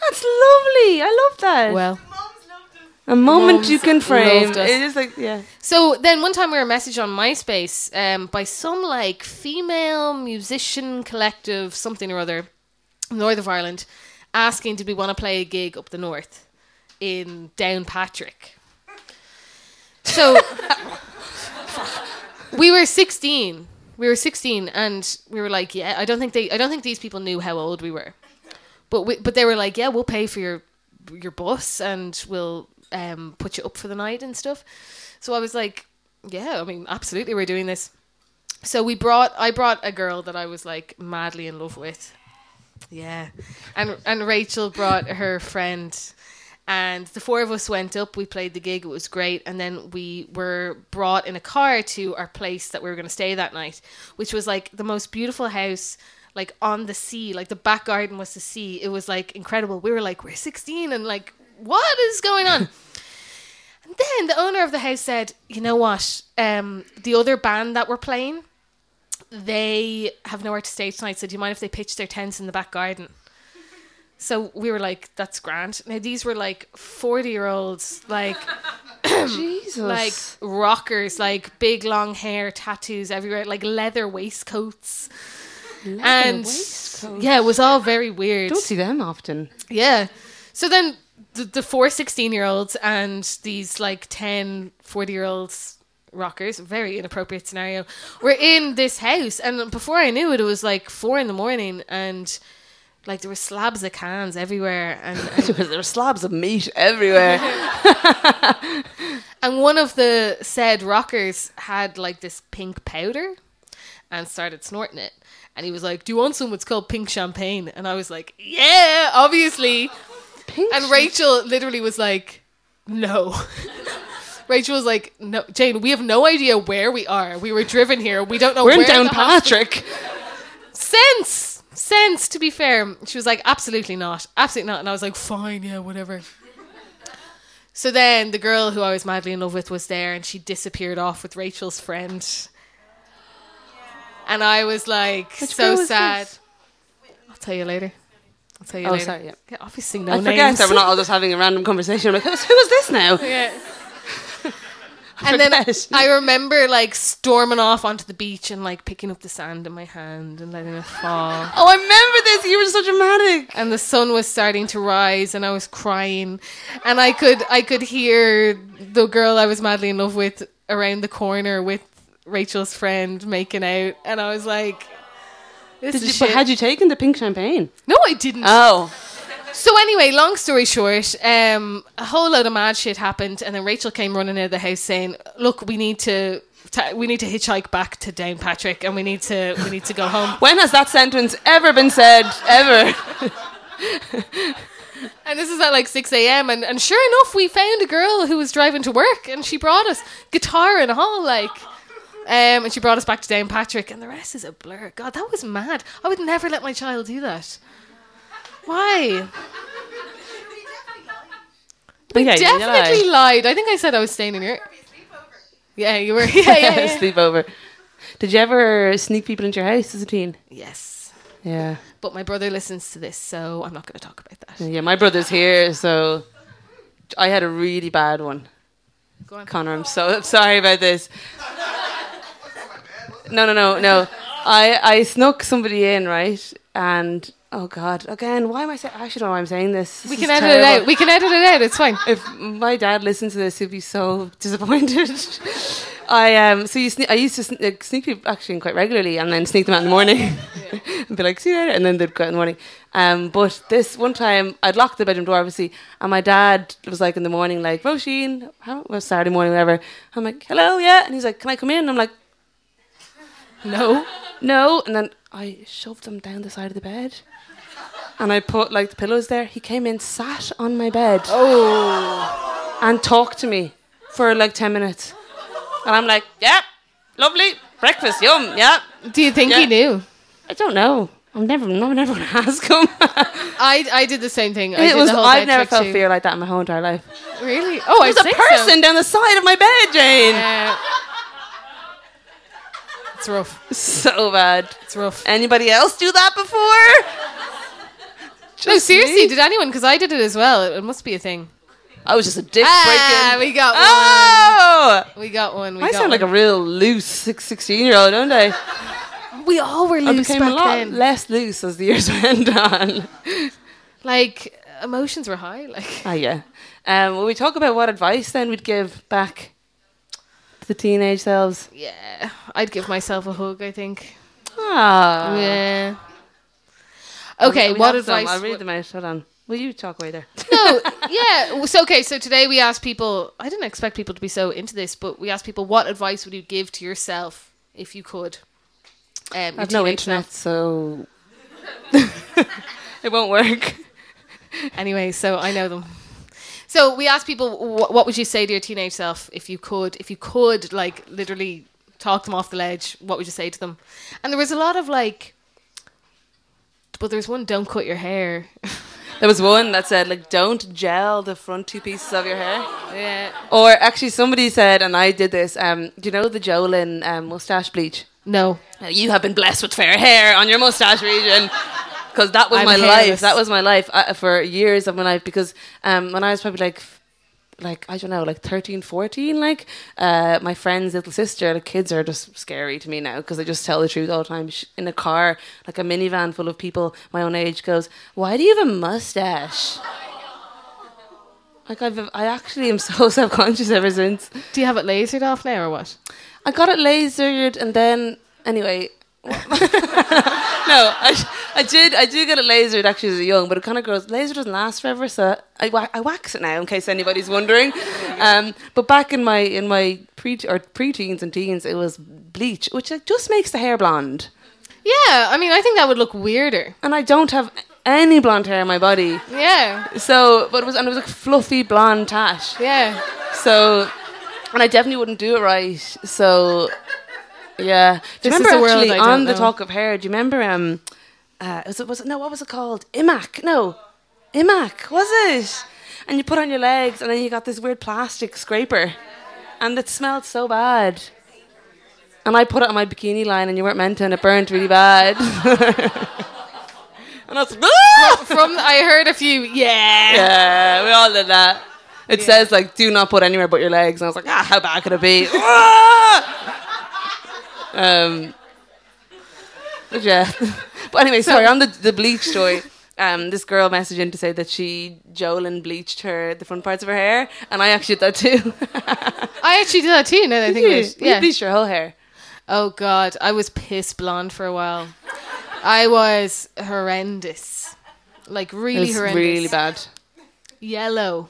[SPEAKER 3] That's lovely. I love that.
[SPEAKER 1] Well,
[SPEAKER 4] Moms loved him.
[SPEAKER 3] a moment you
[SPEAKER 1] Mums
[SPEAKER 3] can frame.
[SPEAKER 1] loved
[SPEAKER 3] It
[SPEAKER 1] us.
[SPEAKER 3] is like, yeah.
[SPEAKER 1] So then one time we were messaged on MySpace um, by some like female musician collective, something or other, north of Ireland, asking did we want to play a gig up the north in Downpatrick. So we were 16. We were 16 and we were like, yeah, I don't think they I don't think these people knew how old we were. But we, but they were like, yeah, we'll pay for your your bus and we'll um, put you up for the night and stuff. So I was like, yeah, I mean, absolutely, we're doing this. So we brought I brought a girl that I was like madly in love with. Yeah. And and Rachel brought her friend and the four of us went up, we played the gig, it was great, and then we were brought in a car to our place that we were going to stay that night, which was like the most beautiful house like on the sea, like the back garden was the sea. It was like incredible. We were like we're 16 and like what is going on? and then the owner of the house said, you know what? Um, the other band that we're playing, they have nowhere to stay tonight. So do you mind if they pitch their tents in the back garden? So we were like, that's grand. Now these were like forty year olds, like
[SPEAKER 3] Jesus.
[SPEAKER 1] like rockers, like big long hair, tattoos everywhere, like leather waistcoats. and
[SPEAKER 3] waistcoats.
[SPEAKER 1] yeah, it was all very weird.
[SPEAKER 3] don't see them often.
[SPEAKER 1] Yeah. So then the, the four 16 year olds and these like 10 40 year olds rockers, very inappropriate scenario, were in this house. And before I knew it, it was like four in the morning and like there were slabs of cans everywhere. And, and,
[SPEAKER 3] Because there are slabs of meat everywhere.
[SPEAKER 1] and one of the said rockers had like this pink powder and started snorting it. And he was like, Do you want some? It's called pink champagne. And I was like, Yeah, obviously.
[SPEAKER 3] Pink
[SPEAKER 1] And Rachel literally was like, no. Rachel was like, no, Jane, we have no idea where we are. We were driven here. We don't know
[SPEAKER 3] We're in
[SPEAKER 1] where the
[SPEAKER 3] Downpatrick.
[SPEAKER 1] sense sense to be fair she was like absolutely not absolutely not and i was like fine yeah whatever so then the girl who i was madly in love with was there and she disappeared off with rachel's friend and i was like so
[SPEAKER 3] girl was
[SPEAKER 1] sad i'll tell you later i'll tell you
[SPEAKER 3] Oh,
[SPEAKER 1] later
[SPEAKER 3] sorry, yeah.
[SPEAKER 1] obviously no
[SPEAKER 3] I forget
[SPEAKER 1] names
[SPEAKER 3] that we're not all just having a random conversation. I'm like, who's, who is this now?
[SPEAKER 1] yeah and then
[SPEAKER 3] forget.
[SPEAKER 1] I remember like storming off onto the beach and like picking up the sand in my hand and letting it fall.
[SPEAKER 3] Oh, I remember this. You were so dramatic.
[SPEAKER 1] and the sun was starting to rise and I was crying and I could I could hear the girl I was madly in love with around the corner with Rachel's friend making out and I was like this
[SPEAKER 3] Did
[SPEAKER 1] is
[SPEAKER 3] you,
[SPEAKER 1] shit.
[SPEAKER 3] but had you taken the pink champagne?
[SPEAKER 1] no, I didn't.
[SPEAKER 3] Oh,
[SPEAKER 1] so anyway, long story short, um, a whole load of mad shit happened, and then Rachel came running out of the house saying, "Look, we need to, ta we need to hitchhike back to Downpatrick, and we need to, we need to go home."
[SPEAKER 3] when has that sentence ever been said? Ever?
[SPEAKER 1] And this is at like 6 a.m. And, and sure enough, we found a girl who was driving to work and she brought us guitar and all like. Um, and she brought us back to Downpatrick and the rest is a blur. God, that was mad. I would never let my child do that. Why?
[SPEAKER 3] We
[SPEAKER 4] We definitely lied.
[SPEAKER 1] Definitely lied. I think I said I was staying in Europe.
[SPEAKER 4] Probably a sleepover.
[SPEAKER 1] Yeah, you were. Yeah, yeah, yeah.
[SPEAKER 3] Sleepover. Did you ever sneak people into your house as a teen?
[SPEAKER 1] yes.
[SPEAKER 3] Yeah.
[SPEAKER 1] But my brother listens to this, so I'm not going to talk about that.
[SPEAKER 3] Yeah, my brother's here, so I had a really bad one.
[SPEAKER 1] Go on.
[SPEAKER 3] Connor, I'm so I'm sorry about this. No, no, no, no. I, I snuck somebody in, right? And oh god, again, why am I saying? I should know why I'm saying this.
[SPEAKER 1] We can edit it out. We can edit it out. It's fine.
[SPEAKER 3] If my dad listened to this, he'd be so disappointed. I um, so you sne- I used to sn- like, sneak people actually quite regularly, and then sneak them out in the morning, and be like, "See you later," and then they'd go out in the morning. Um, but this one time, I'd locked the bedroom door, obviously, and my dad was like in the morning, like, "Roisin, how well, Saturday morning, whatever." I'm like, "Hello, yeah," and he's like, "Can I come in?" And I'm like,
[SPEAKER 1] No.
[SPEAKER 3] no. And then I shoved him down the side of the bed. And I put like the pillows there. He came in, sat on my bed. Oh. And talked to me for like 10 minutes. And I'm like, yeah, lovely. Breakfast, yum, yeah.
[SPEAKER 1] Do you think he
[SPEAKER 3] Yeah.
[SPEAKER 1] knew?
[SPEAKER 3] I don't know. I'm never, I'm never going to ask him.
[SPEAKER 1] I, I did the same thing. I
[SPEAKER 3] it
[SPEAKER 1] did
[SPEAKER 3] was,
[SPEAKER 1] the whole
[SPEAKER 3] I've
[SPEAKER 1] bed
[SPEAKER 3] never
[SPEAKER 1] check
[SPEAKER 3] felt
[SPEAKER 1] too.
[SPEAKER 3] fear like that in my whole entire life.
[SPEAKER 1] Really? Oh, I
[SPEAKER 3] There's a
[SPEAKER 1] think so.
[SPEAKER 3] person down the side of my bed, Jane.
[SPEAKER 1] Uh, it's rough.
[SPEAKER 3] So bad.
[SPEAKER 1] It's rough.
[SPEAKER 3] Anybody else do that before?
[SPEAKER 1] No,
[SPEAKER 3] Just
[SPEAKER 1] seriously,
[SPEAKER 3] me?
[SPEAKER 1] did anyone? Because I did it as well. It, it must be a thing.
[SPEAKER 3] I was just a dick
[SPEAKER 1] Ah,
[SPEAKER 3] breaking.
[SPEAKER 1] we got one.
[SPEAKER 3] Oh!
[SPEAKER 1] We got one. We
[SPEAKER 3] I
[SPEAKER 1] got
[SPEAKER 3] sound like a
[SPEAKER 1] one.
[SPEAKER 3] real loose 16 year old, don't I?
[SPEAKER 1] We all were
[SPEAKER 3] I
[SPEAKER 1] loose
[SPEAKER 3] became
[SPEAKER 1] back
[SPEAKER 3] a lot
[SPEAKER 1] then.
[SPEAKER 3] less loose as the years went on.
[SPEAKER 1] like emotions were high. Like
[SPEAKER 3] Ah, yeah. Um, will we talk about what advice then we'd give back to the teenage selves?
[SPEAKER 1] yeah, I'd give myself a hug. I think. Uh.
[SPEAKER 3] Ah.
[SPEAKER 1] yeah. Okay.
[SPEAKER 3] We
[SPEAKER 1] What
[SPEAKER 3] have some.
[SPEAKER 1] advice?
[SPEAKER 3] I'll read
[SPEAKER 1] would-
[SPEAKER 3] them out. Hold on. Will you talk away there?
[SPEAKER 1] no, yeah. So okay, so today we asked people. I didn't expect people to be so into this, but we asked people, what advice would you give to yourself if you could? Um,
[SPEAKER 3] I have no internet, so it won't work.
[SPEAKER 1] Anyway, so I know them. So we asked people, wh- what would you say to your teenage self if you could, if you could, like literally talk them off the ledge? What would you say to them? And there was a lot of like, but there was one, don't cut your hair.
[SPEAKER 3] There was one that said like, "Don't gel the front two pieces of your hair."
[SPEAKER 1] Yeah.
[SPEAKER 3] Or actually, somebody said, and I did this. Um, do you know the Jolin um, mustache bleach?
[SPEAKER 2] No.
[SPEAKER 3] Now, you have been blessed with fair hair on your mustache region. Because that was
[SPEAKER 2] I'm
[SPEAKER 3] my life.
[SPEAKER 2] hairless.
[SPEAKER 3] That was my life uh, for years of my life. Because um, when I was probably like, f- like I don't know, like 13, 14, like uh, my friend's little sister, like kids are just scary to me now because I just tell the truth all the time. She, in a car, like a minivan full of people my own age, goes, "Why do you have a mustache?" Like I've, I actually am so self conscious ever since.
[SPEAKER 2] Do you have it lasered off now or what?
[SPEAKER 3] I got it lasered and then anyway. no, I, sh- I did. I do get it lasered actually as a young, but it kind of grows. Laser doesn't last forever, so I, wa- I wax it now in case anybody's wondering. Um, but back in my in my pre or preteens and teens, it was bleach, which like, just makes the hair blonde,
[SPEAKER 1] Yeah, I mean, I think that would look weirder.
[SPEAKER 3] and I don't have any blonde hair in my body.
[SPEAKER 1] Yeah,
[SPEAKER 3] So, but it was and it was like fluffy blonde tash.
[SPEAKER 1] yeah.
[SPEAKER 3] So, and I definitely wouldn't do it right. So, yeah. Do
[SPEAKER 1] This
[SPEAKER 3] you
[SPEAKER 1] is
[SPEAKER 3] remember
[SPEAKER 1] the world
[SPEAKER 3] actually
[SPEAKER 1] I don't
[SPEAKER 3] on the
[SPEAKER 1] know.
[SPEAKER 3] talk of hair? Do you remember? Um, uh, was it was it no? What was it called? Imac? No, Imac was it? And you put on your legs, and then you got this weird plastic scraper, and it smelled so bad. And I put it on my bikini line, and you weren't meant to, and it burned really bad. and I was like, "Ah!"
[SPEAKER 1] From I heard a few. Yeah.
[SPEAKER 3] Yeah, we all did that. It says like, do not put anywhere but your legs, and I was like, ah, how bad could it be? um, but yeah. But anyway, sorry on the the bleach story. Um, this girl messaged in to say that she Jolin bleached her the front parts of her hair, and I actually did that too.
[SPEAKER 1] I actually did that too. Now that I think of it.
[SPEAKER 3] you
[SPEAKER 1] Yeah.
[SPEAKER 3] bleached your whole hair.
[SPEAKER 1] Oh God, I was piss blonde for a while. I was horrendous, like
[SPEAKER 3] It
[SPEAKER 1] really
[SPEAKER 3] was
[SPEAKER 1] horrendous.
[SPEAKER 3] really bad.
[SPEAKER 1] Yellow.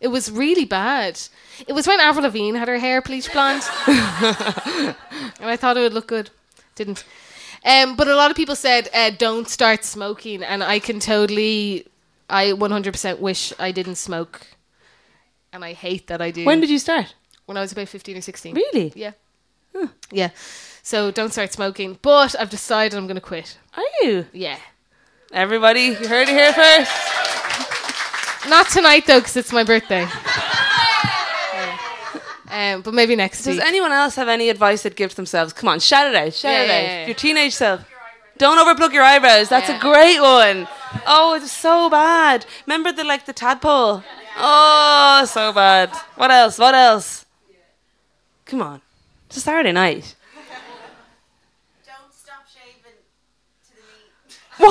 [SPEAKER 1] It was really bad. It was when Avril Lavigne had her hair bleached blonde, and I thought it would look good. Didn't. Um, but a lot of people said uh, don't start smoking, and I can totally, I 100% wish I didn't smoke, and I hate that I do.
[SPEAKER 3] When did you start?
[SPEAKER 1] when I was about 15 or 16.
[SPEAKER 3] Really?
[SPEAKER 1] Yeah. Yeah. So don't start smoking. But I've decided I'm going to quit.
[SPEAKER 3] Are you?
[SPEAKER 1] Yeah.
[SPEAKER 3] Everybody, you heard it here first.
[SPEAKER 1] Not tonight, though, because it's my birthday. um, but maybe next
[SPEAKER 3] Does
[SPEAKER 1] week.
[SPEAKER 3] anyone else have any advice they'd give themselves? Come on, shout it out, shout
[SPEAKER 1] Yeah,
[SPEAKER 3] it
[SPEAKER 1] yeah,
[SPEAKER 3] out.
[SPEAKER 1] yeah, yeah.
[SPEAKER 3] Your teenage self. Don't overplug your eyebrows. That's a
[SPEAKER 1] Yeah.
[SPEAKER 3] great one. Oh, it's so bad. Remember the like the tadpole? Oh, so bad. What else? What else? Come on. It's a Saturday night.
[SPEAKER 4] Don't stop shaving to the knee.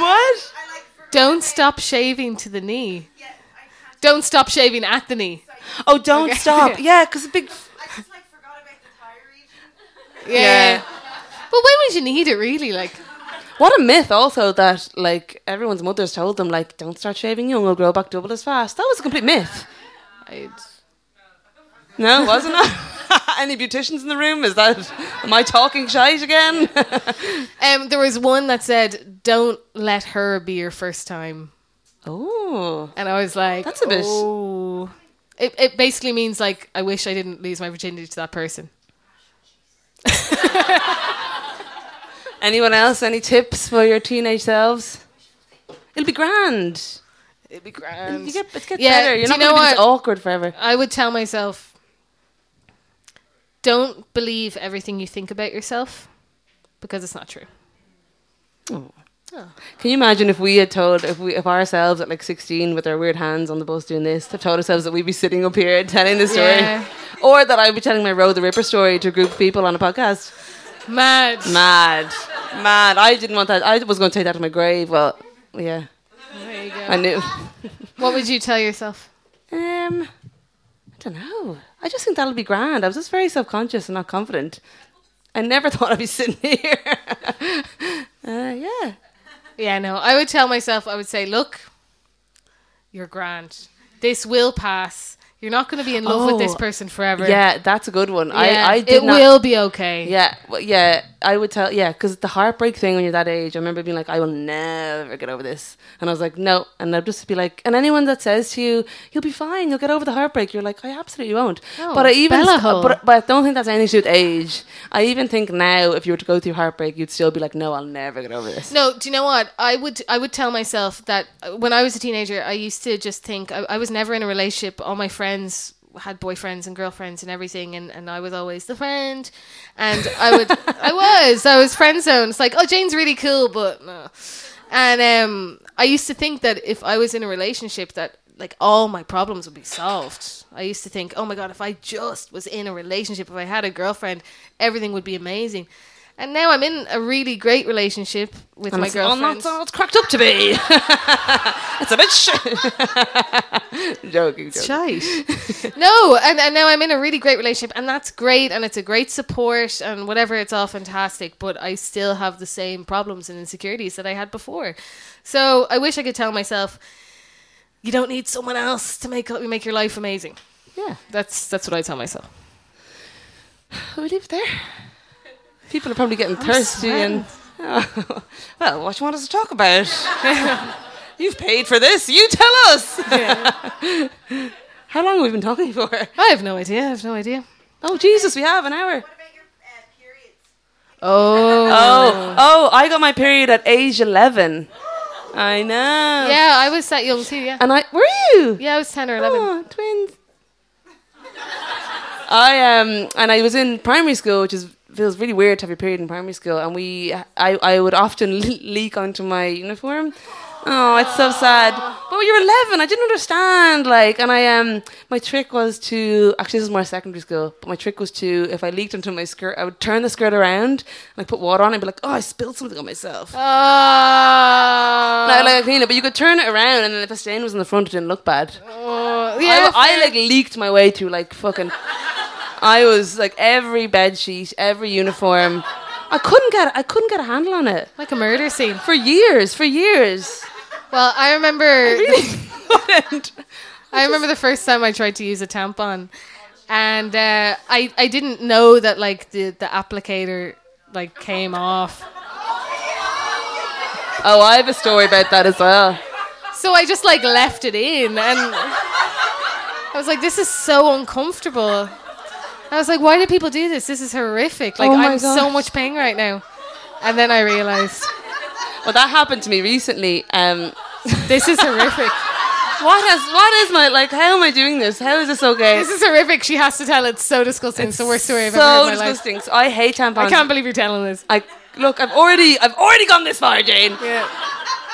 [SPEAKER 3] What?
[SPEAKER 4] I like for
[SPEAKER 1] Don't stop shaving to the knee.
[SPEAKER 4] yeah, I can't.
[SPEAKER 1] Don't stop shaving at the knee.
[SPEAKER 3] Oh, don't stop. Yeah, because a big.
[SPEAKER 4] I just like forgot about the thigh region.
[SPEAKER 1] Yeah. But when would you need it, really? Like,
[SPEAKER 3] What a myth, also, that like everyone's mothers told them, like, don't start shaving young, you'll grow back double as fast. That was a complete myth.
[SPEAKER 1] I'd,
[SPEAKER 3] No, wasn't I? Any beauticians in the room? Is that am I talking shite again?
[SPEAKER 1] um, there was one that said, "Don't let her be your first time."
[SPEAKER 3] oh,
[SPEAKER 1] And I was like,
[SPEAKER 3] That's a bit-
[SPEAKER 1] Oh. It, it basically means like, I wish I didn't lose my virginity to that person.
[SPEAKER 3] anyone else? Any tips for your teenage selves? It'll be grand.
[SPEAKER 1] It'd be grand.
[SPEAKER 3] You get, it gets
[SPEAKER 1] Yeah,
[SPEAKER 3] better. You're
[SPEAKER 1] do
[SPEAKER 3] not
[SPEAKER 1] you
[SPEAKER 3] going to
[SPEAKER 1] know
[SPEAKER 3] be this
[SPEAKER 1] what?
[SPEAKER 3] awkward forever.
[SPEAKER 1] I would tell myself, don't believe everything you think about yourself because it's not true.
[SPEAKER 3] Can you imagine if we had told if we if ourselves at like 16 with our weird hands on the bus doing this, have told ourselves that we'd be sitting up here telling this story,
[SPEAKER 1] Yeah.
[SPEAKER 3] or that I'd be telling my Row the Ripper story to a group of people on a podcast?
[SPEAKER 1] Mad.
[SPEAKER 3] Mad, mad. I didn't want that. I was going to take that to my grave. Well, yeah,
[SPEAKER 1] There you go.
[SPEAKER 3] I knew.
[SPEAKER 1] What would you tell yourself?
[SPEAKER 3] Um, I don't know. I just think that'll be grand. I was just very self conscious and not confident. I never thought I'd be sitting here. uh, yeah.
[SPEAKER 1] Yeah, no, I would tell myself, I would say, look, you're grand. This will pass. You're not going to be in love with this
[SPEAKER 3] Oh,
[SPEAKER 1] person forever.
[SPEAKER 3] Yeah, that's a good one.
[SPEAKER 1] Yeah,
[SPEAKER 3] I, I did
[SPEAKER 1] it
[SPEAKER 3] not-
[SPEAKER 1] will be okay.
[SPEAKER 3] Yeah, well, yeah, I would tell. Yeah, because the heartbreak thing when you're that age, I remember being like, I will never get over this, and I was like, no, and I'd just be like, and anyone that says to you, you'll be fine, you'll get over the heartbreak, you're like, I absolutely won't.
[SPEAKER 1] No,
[SPEAKER 3] but I even,
[SPEAKER 1] Bella
[SPEAKER 3] st-
[SPEAKER 1] hole.
[SPEAKER 3] but but I don't think that's anything to do with age. I even think now, if you were to go through heartbreak, you'd still be like, no, I'll never get over this.
[SPEAKER 1] No, do you know what? I would I would tell myself that uh, when I was a teenager, I used to just think I, I was never in a relationship. All my friends had boyfriends and girlfriends and everything, and, and I was always the friend. And I would I was I was friend zone. It's like oh Jane's really cool, but no. And um, I used to think that if I was in a relationship, that like all my problems would be solved. I used to think, oh my god, if I just was in a relationship, if I had a girlfriend, everything would be amazing. And now I'm in a really great relationship with
[SPEAKER 3] And
[SPEAKER 1] my
[SPEAKER 3] it's all
[SPEAKER 1] girlfriend.
[SPEAKER 3] not all it's cracked up to be. it's a bit shit. joking, joking.
[SPEAKER 1] Shite. no, and, and now I'm in a really great relationship, and that's great, and it's a great support, and whatever, it's all fantastic. But I still have the same problems and insecurities that I had before. So I wish I could tell myself, you don't need someone else to make make your life amazing.
[SPEAKER 3] Yeah,
[SPEAKER 1] That's that's what I tell myself.
[SPEAKER 3] we leave it there. People are probably getting thirsty and. Oh, well, what you want us to talk about? You've paid for this. You tell us. How long have we been talking for?
[SPEAKER 1] I have no idea. I have no idea.
[SPEAKER 3] Oh Jesus, we have an hour.
[SPEAKER 4] What about your uh, periods?
[SPEAKER 1] Oh.
[SPEAKER 3] Oh, oh, I got my period at age eleven. I know.
[SPEAKER 1] Yeah, I was that young too. Yeah,
[SPEAKER 3] And I were you?
[SPEAKER 1] yeah, I was ten or eleven.
[SPEAKER 3] Oh, twins. I um and I was in primary school, which is feels really weird to have your period in primary school. And we, I, I would often le- leak onto my uniform. Oh, it's so sad. But when you're 11, I didn't understand. Like, and I um, my trick was to actually this is more secondary school, but my trick was to if I leaked onto my skirt, I would turn the skirt around and I put water on it and be like, oh, I spilled something on myself.
[SPEAKER 1] Oh.
[SPEAKER 3] And I would, like clean it, but you could turn it around, and then if a stain was in the front, it didn't look bad.
[SPEAKER 1] Oh,
[SPEAKER 3] I,
[SPEAKER 1] yeah,
[SPEAKER 3] I
[SPEAKER 1] fair.
[SPEAKER 3] like leaked my way through like fucking. I was like every bed sheet, every uniform. I couldn't get I couldn't get a handle on it
[SPEAKER 1] like a murder scene.
[SPEAKER 3] for years, for years.
[SPEAKER 1] Well, I remember.
[SPEAKER 3] Couldn't.
[SPEAKER 1] I remember the first time I tried to use a tampon, and uh, I I didn't know that like the the applicator like came off.
[SPEAKER 3] oh, I have a story about that as well.
[SPEAKER 1] So I just like left it in, and I was like, "This is so uncomfortable." I was like, "Why do people do this? This is horrific! Like
[SPEAKER 3] Oh my
[SPEAKER 1] I'm so
[SPEAKER 3] gosh.
[SPEAKER 1] much pain right now." And then I realized
[SPEAKER 3] Well, that happened to me recently. Um,
[SPEAKER 1] this is horrific.
[SPEAKER 3] what is what is my like? How am I doing this? How is this okay?
[SPEAKER 1] This is horrific. She has to tell. It's so disgusting. It's the worst story I've ever heard
[SPEAKER 3] so
[SPEAKER 1] in my life.
[SPEAKER 3] disgusting. So I hate tampons.
[SPEAKER 1] I can't believe you're telling this.
[SPEAKER 3] I look. I've already I've already gone this far, Jane.
[SPEAKER 1] Yeah.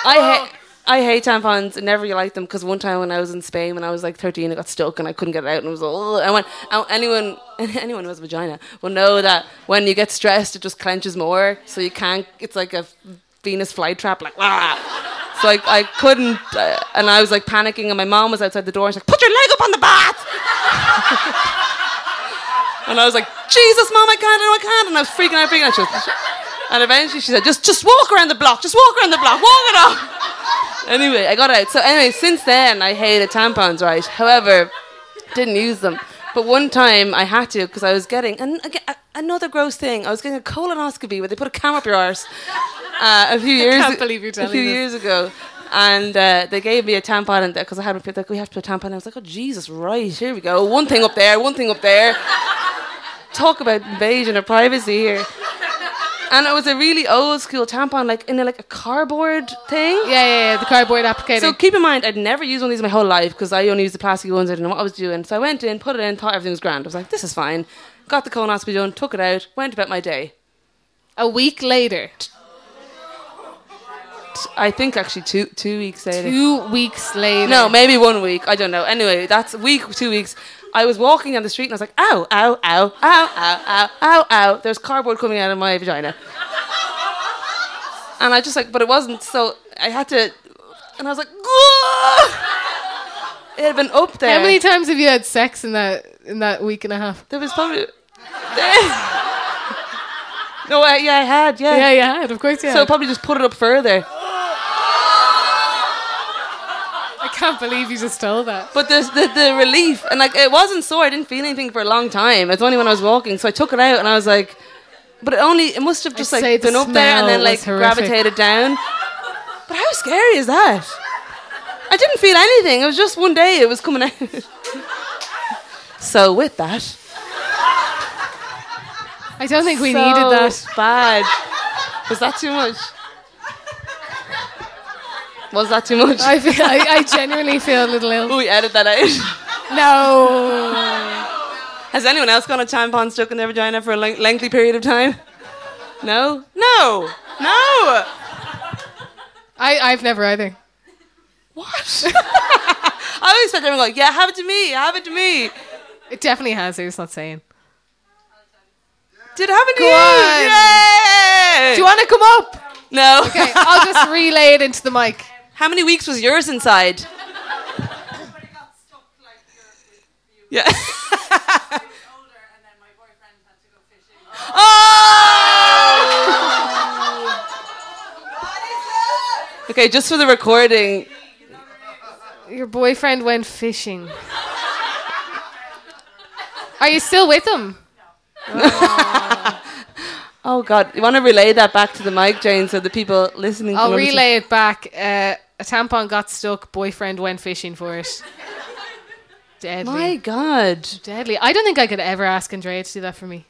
[SPEAKER 3] I hate. I hate tampons and never really liked them because one time when I was in Spain when I was like 13, I got stuck and I couldn't get it out and it was all. I went, and anyone, anyone who has a vagina will know that when you get stressed, it just clenches more. So you can't, it's like a Venus flytrap, like, ah. So I, I couldn't, uh, and I was like panicking and my mom was outside the door and she's like, put your leg up on the bath. and I was like, Jesus, mom, I can't, no, I can't. And I was freaking out, freaking out. She was, and eventually she said, just, just walk around the block, just walk around the block, walk it off anyway, I got out. So anyway, since then I hated tampons, right? However, didn't use them. But one time I had to because I was getting an, aga a, another gross thing. I was getting a colonoscopy where they put a cam up your arse uh, a few years.
[SPEAKER 1] can't believe you're
[SPEAKER 3] a
[SPEAKER 1] telling
[SPEAKER 3] few
[SPEAKER 1] this.
[SPEAKER 3] years ago. And uh, they gave me a tampon and because I had my like we have to put a tampon. I was like, oh Jesus, right here we go. One thing up there, one thing up there. Talk about invasion of privacy here. And it was a really old school tampon, like in a, like a cardboard thing.
[SPEAKER 1] Yeah, yeah, yeah. The cardboard applicator.
[SPEAKER 3] So keep in mind, I'd never used one of these my whole life because I only used the plastic ones. I didn't know what I was doing. So I went in, put it in, thought everything was grand. I was like, this is fine. Got the colonoscopy done, took it out, went about my day.
[SPEAKER 1] a week later,
[SPEAKER 3] I think actually two two weeks later.
[SPEAKER 1] two weeks later.
[SPEAKER 3] No, maybe one week. I don't know. Anyway, that's a week, two weeks. I was walking down the street and I was like, ow, ow, ow, ow, ow, ow, ow, ow. There's cardboard coming out of my vagina. And I just like, but it wasn't, so I had to, and I was like, "Gah!" it had been up there.
[SPEAKER 1] How many times have you had sex in that in that week and a half?
[SPEAKER 3] There was probably. no, I, yeah, I had, yeah.
[SPEAKER 1] Yeah, you had. Of course, you
[SPEAKER 3] So
[SPEAKER 1] had.
[SPEAKER 3] probably just put it up further.
[SPEAKER 1] I can't believe you just told that.
[SPEAKER 3] But there's the, the relief, and like it wasn't sore. I didn't feel anything for a long time. It's only when I was walking, so I took it out, and I was like, but it only it must have just
[SPEAKER 1] I'd say
[SPEAKER 3] like
[SPEAKER 1] the
[SPEAKER 3] been up there and then
[SPEAKER 1] smell
[SPEAKER 3] like
[SPEAKER 1] was horrific.
[SPEAKER 3] gravitated down. But how scary is that? I didn't feel anything. It was just one day it was coming out. so with that,
[SPEAKER 1] I don't think we
[SPEAKER 3] so
[SPEAKER 1] needed that.
[SPEAKER 3] Bad. Was that too much? Was that too much?
[SPEAKER 1] I feel, I, I genuinely feel a little ill.
[SPEAKER 3] Oh, we edit that out.
[SPEAKER 1] No.
[SPEAKER 3] Has anyone else got a tampon stuck in their vagina for a len- lengthy period of time? No? No! No!
[SPEAKER 1] I, I've never either.
[SPEAKER 3] I always felt everyone going, yeah, have it to me, have it to me.
[SPEAKER 1] It definitely has. They're just not saying.
[SPEAKER 3] Did it happen to
[SPEAKER 1] Go
[SPEAKER 3] you?
[SPEAKER 1] on.
[SPEAKER 3] Yay!
[SPEAKER 1] Do you want to come up?
[SPEAKER 3] no.
[SPEAKER 1] Okay, I'll just relay it into the mic.
[SPEAKER 3] How many weeks was yours inside?
[SPEAKER 4] But it got stuck like you're you
[SPEAKER 3] Yeah.
[SPEAKER 4] older, and then my boyfriend had to go fishing.
[SPEAKER 3] oh!
[SPEAKER 4] What is that?
[SPEAKER 3] Okay, just for the recording,
[SPEAKER 1] Your boyfriend went fishing. Are you still with him?
[SPEAKER 3] Oh God! You want to relay that back to the mic, Jane, so the people listening.
[SPEAKER 1] I'll
[SPEAKER 3] can obviously-
[SPEAKER 1] relay it back. Uh, a tampon got stuck. Boyfriend went fishing for it. Deadly.
[SPEAKER 3] My God!
[SPEAKER 1] Deadly. I don't think I could ever ask Andrea to do that for me.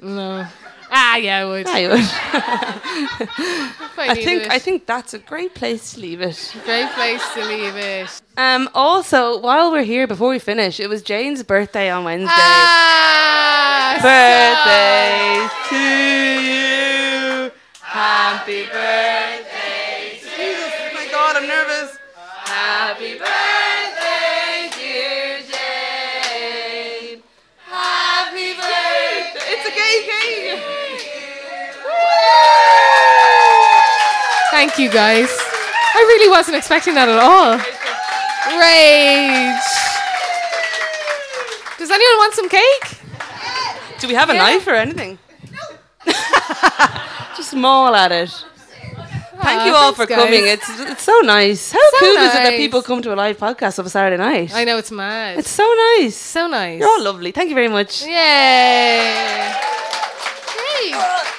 [SPEAKER 1] no. Hmm. Ah, yeah, I would.
[SPEAKER 3] I,
[SPEAKER 1] If I,
[SPEAKER 3] I
[SPEAKER 1] needed
[SPEAKER 3] think
[SPEAKER 1] it.
[SPEAKER 3] I think that's a great place to leave it.
[SPEAKER 1] Great place to leave it.
[SPEAKER 3] Um. Also, while we're here, before we finish, it was Jane's birthday on Wednesday.
[SPEAKER 1] Ah,
[SPEAKER 3] birthday to you! Happy birthday to you! Oh my God! I'm nervous. Happy birthday, dear Jane. Happy birthday. It's a gay game.
[SPEAKER 1] so- Thank you, guys. I really wasn't expecting that at all. Rage. Does anyone want some cake?
[SPEAKER 3] Do we have a knife or anything? Just maul at it. Thank
[SPEAKER 1] Aw,
[SPEAKER 3] you all for
[SPEAKER 1] thanks,
[SPEAKER 3] coming.
[SPEAKER 1] guys.
[SPEAKER 3] It's it's so nice. How
[SPEAKER 1] So
[SPEAKER 3] cool is it that
[SPEAKER 1] nice.
[SPEAKER 3] people come to a live podcast of a Saturday night?
[SPEAKER 1] I know it's mad.
[SPEAKER 3] It's so nice.
[SPEAKER 1] so nice.
[SPEAKER 3] You're all lovely. Thank you very much.
[SPEAKER 1] Yay! Great.